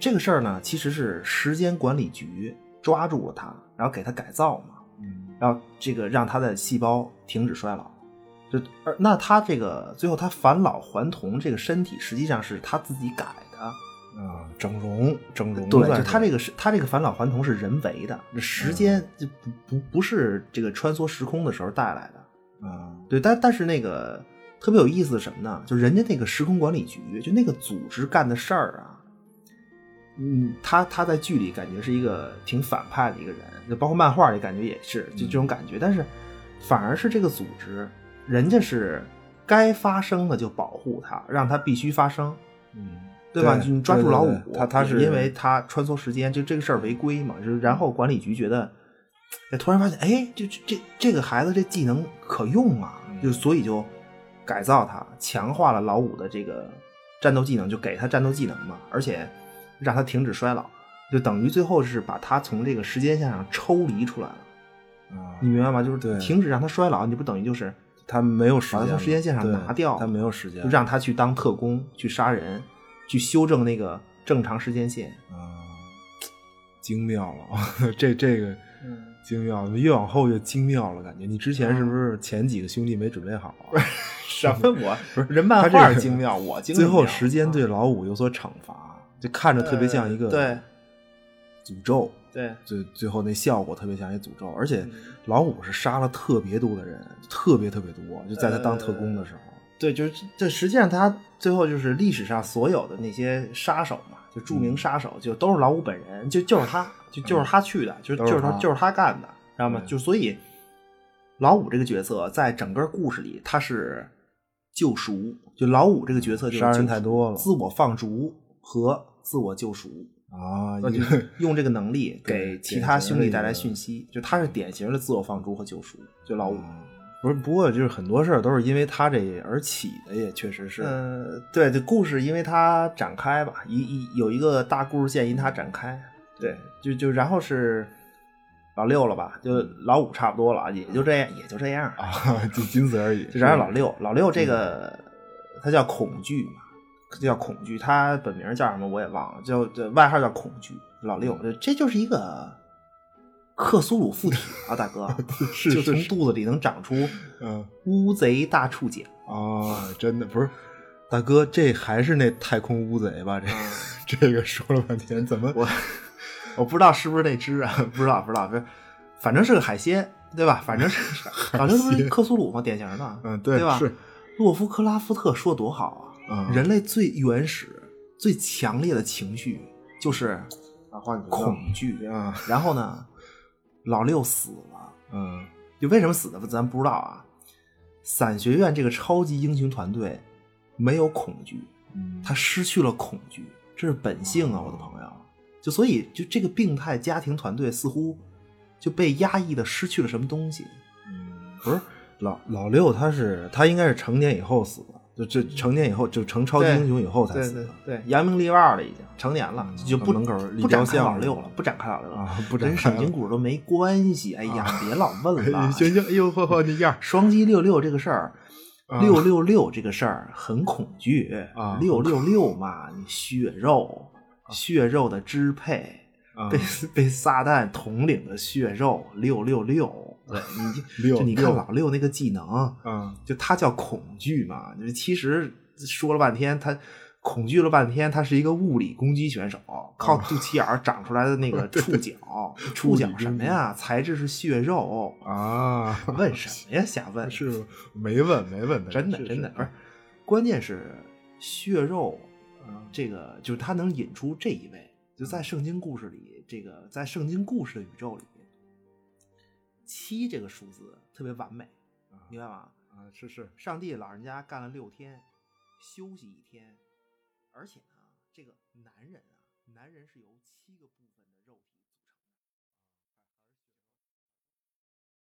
S4: 这个事儿呢，其实是时间管理局抓住了他，然后给他改造嘛。
S1: 嗯
S4: 然后这个让他的细胞停止衰老。就而那他这个最后他返老还童，这个身体实际上是他自己改的，
S1: 啊，整容整容
S4: 对，
S1: 算
S4: 就是他这个是他这个返老还童是人为的，这时间就不不不是这个穿梭时空的时候带来的，
S1: 啊，
S4: 对，但但是那个特别有意思是什么呢？就人家那个时空管理局，就那个组织干的事儿啊，嗯，他他在剧里感觉是一个挺反派的一个人，就包括漫画里感觉也是就这种感觉，但是反而是这个组织，人家是该发生的就保护他，让他必须发生。
S1: 嗯，
S4: 对吧？
S1: 对
S4: 你抓住老
S1: 对对
S4: 五，
S1: 对他他是
S4: 因为他穿梭时间，就这个事儿违规嘛。就是然后管理局觉得，哎突然发现，哎，这这这这个孩子这技能可用啊，
S1: 嗯
S4: 就所以就改造他，强化了老五的这个战斗技能，就给他战斗技能嘛，而且让他停止衰老，就等于最后是把他从这个时间线上抽离出来了。
S1: 啊
S4: 你明白吗？就
S1: 对
S4: 是停止让他衰老，你不等于就是
S1: 他没有时
S4: 把
S1: 间
S4: 他
S1: 了，
S4: 从时间线上
S1: 对
S4: 拿掉
S1: 他没有时间
S4: 就，让他去当特工，去杀人，去修正那个正常时间线。
S1: 啊，精妙了，这这个
S4: 嗯
S1: 精妙，越往后越精妙了，感觉你之前是不是前几个兄弟没准备好啊？
S4: 什么 我
S1: 不是
S4: 人漫
S1: 他
S4: 画
S1: 这个
S4: 精妙，我精
S1: 最后
S4: 妙啊
S1: 时间对老五有所惩罚，就看着特别像一个
S4: 呃对
S1: 诅咒，
S4: 对
S1: 最最后那效果特别像一诅咒，而且老五是杀了特别多的人，特别特别多，就在他当特工的时候，
S4: 对，就是这这实际上他最后就是历史上所有的那些杀手嘛，就著
S1: 嗯
S4: 名杀手就都是老五本人，就就是他，就就是他去的，就
S1: 都
S4: 就是是他
S1: 他嗯
S4: 就是他干的，知道吗？
S1: 对
S4: 就所以老五这个角色在整个故事里他是救赎，就老五这个角色就是
S1: 杀人
S4: 救赎
S1: 太多了
S4: 自我放逐和自我救 赎。
S1: 啊，
S4: 那
S1: 一
S4: 就
S1: 个
S4: 用这个能力
S1: 对
S4: 给其他兄弟带来
S1: 典型
S4: 讯
S1: 的
S4: 息，就他是典型的自我放逐和救赎，就老五。
S1: 嗯不是，不过就是很多事儿都是因为他这而起的，也确实是，
S4: 呃，对，这故事因为它展开吧，一一有一个大故事线因它展开，对，就就然后是老六了吧，就老五差不多了，啊也就这样，也就这样，
S1: 啊， 就嗯仅此而已。
S4: 就然后老六，老六这个他叫恐惧嘛，叫恐惧，他本名叫什么我也忘了，叫叫外号叫恐惧，老六，
S1: 嗯
S4: 这这就是一个克苏鲁附体啊，大哥，
S1: 是
S4: 就是从
S1: 是
S4: 肚子里能长出
S1: 嗯
S4: 乌贼大触角。
S1: 啊，真的不是，大哥，这还是那太空乌贼吧？这、 这个说了半天，怎么
S4: 嗯我我不知道是不是那只啊，不知道不知道，不是，反正是个海鲜，对吧？反正是反正是克苏鲁嘛，典型的，
S1: 嗯对
S4: 对吧？
S1: 是
S4: 洛夫克拉夫特说多好啊，
S1: 嗯
S4: 人类最原始、最强烈的情绪就是恐惧
S1: 啊
S4: 然后呢，老六死了，
S1: 嗯
S4: 就为什么死的咱不知道啊。伞学院这个超级英雄团队没有恐惧，
S1: 嗯
S4: 他失去了恐惧，这是本性啊，我的朋友。就所以就这个病态家庭团队似乎就被压抑的失去了什么东西。
S1: 嗯，
S4: 不是老老六他是他应该是成年以后死的，就这成年以后就成超级英雄以后才
S1: 对
S4: 死的
S1: 对。对，，
S4: 扬名立万了，已经成年了，嗯就不
S2: 门口儿立
S4: 不展
S2: 雕
S4: 开
S2: 像
S4: 老六了，不展开老六了
S2: 啊不展
S4: 跟
S2: 开
S4: 沈
S2: 了
S4: 金谷都没关系。哎呀，别老问 了
S1: 行行，哎呦嚯嚯，那样儿
S4: 双击六六这个事儿，六六六这个事儿很恐惧
S1: 啊
S4: 六六六嘛，你血肉，血肉的支配，
S1: 啊
S4: 被被撒旦统领的血肉六六六，对你就
S1: 六
S4: 就你看
S1: 六
S4: 老 六那个技能，
S1: 啊，
S4: 就他叫恐惧嘛，就是其实说了半天他。恐惧了半天，他是一个物理攻击选手，靠肚脐眼儿长出来的那
S1: 哦
S4: 个触角，触角什么呀？材质是血肉，
S1: 啊，
S4: 问什么呀？ 瞎问
S1: 是吗没问没问的，
S4: 真的
S1: 是
S4: 真的不是，关键是血肉，呃这个就是它能引出这一位，就
S1: 嗯
S4: 在圣经故事里，这个在圣经故事的宇宙里，七这个数字特别完美，明白吗？
S1: 啊，是是，
S4: 上帝老人家干了六天，休息一天，而且呢，这个男人啊，男人是由七个部分的肉体。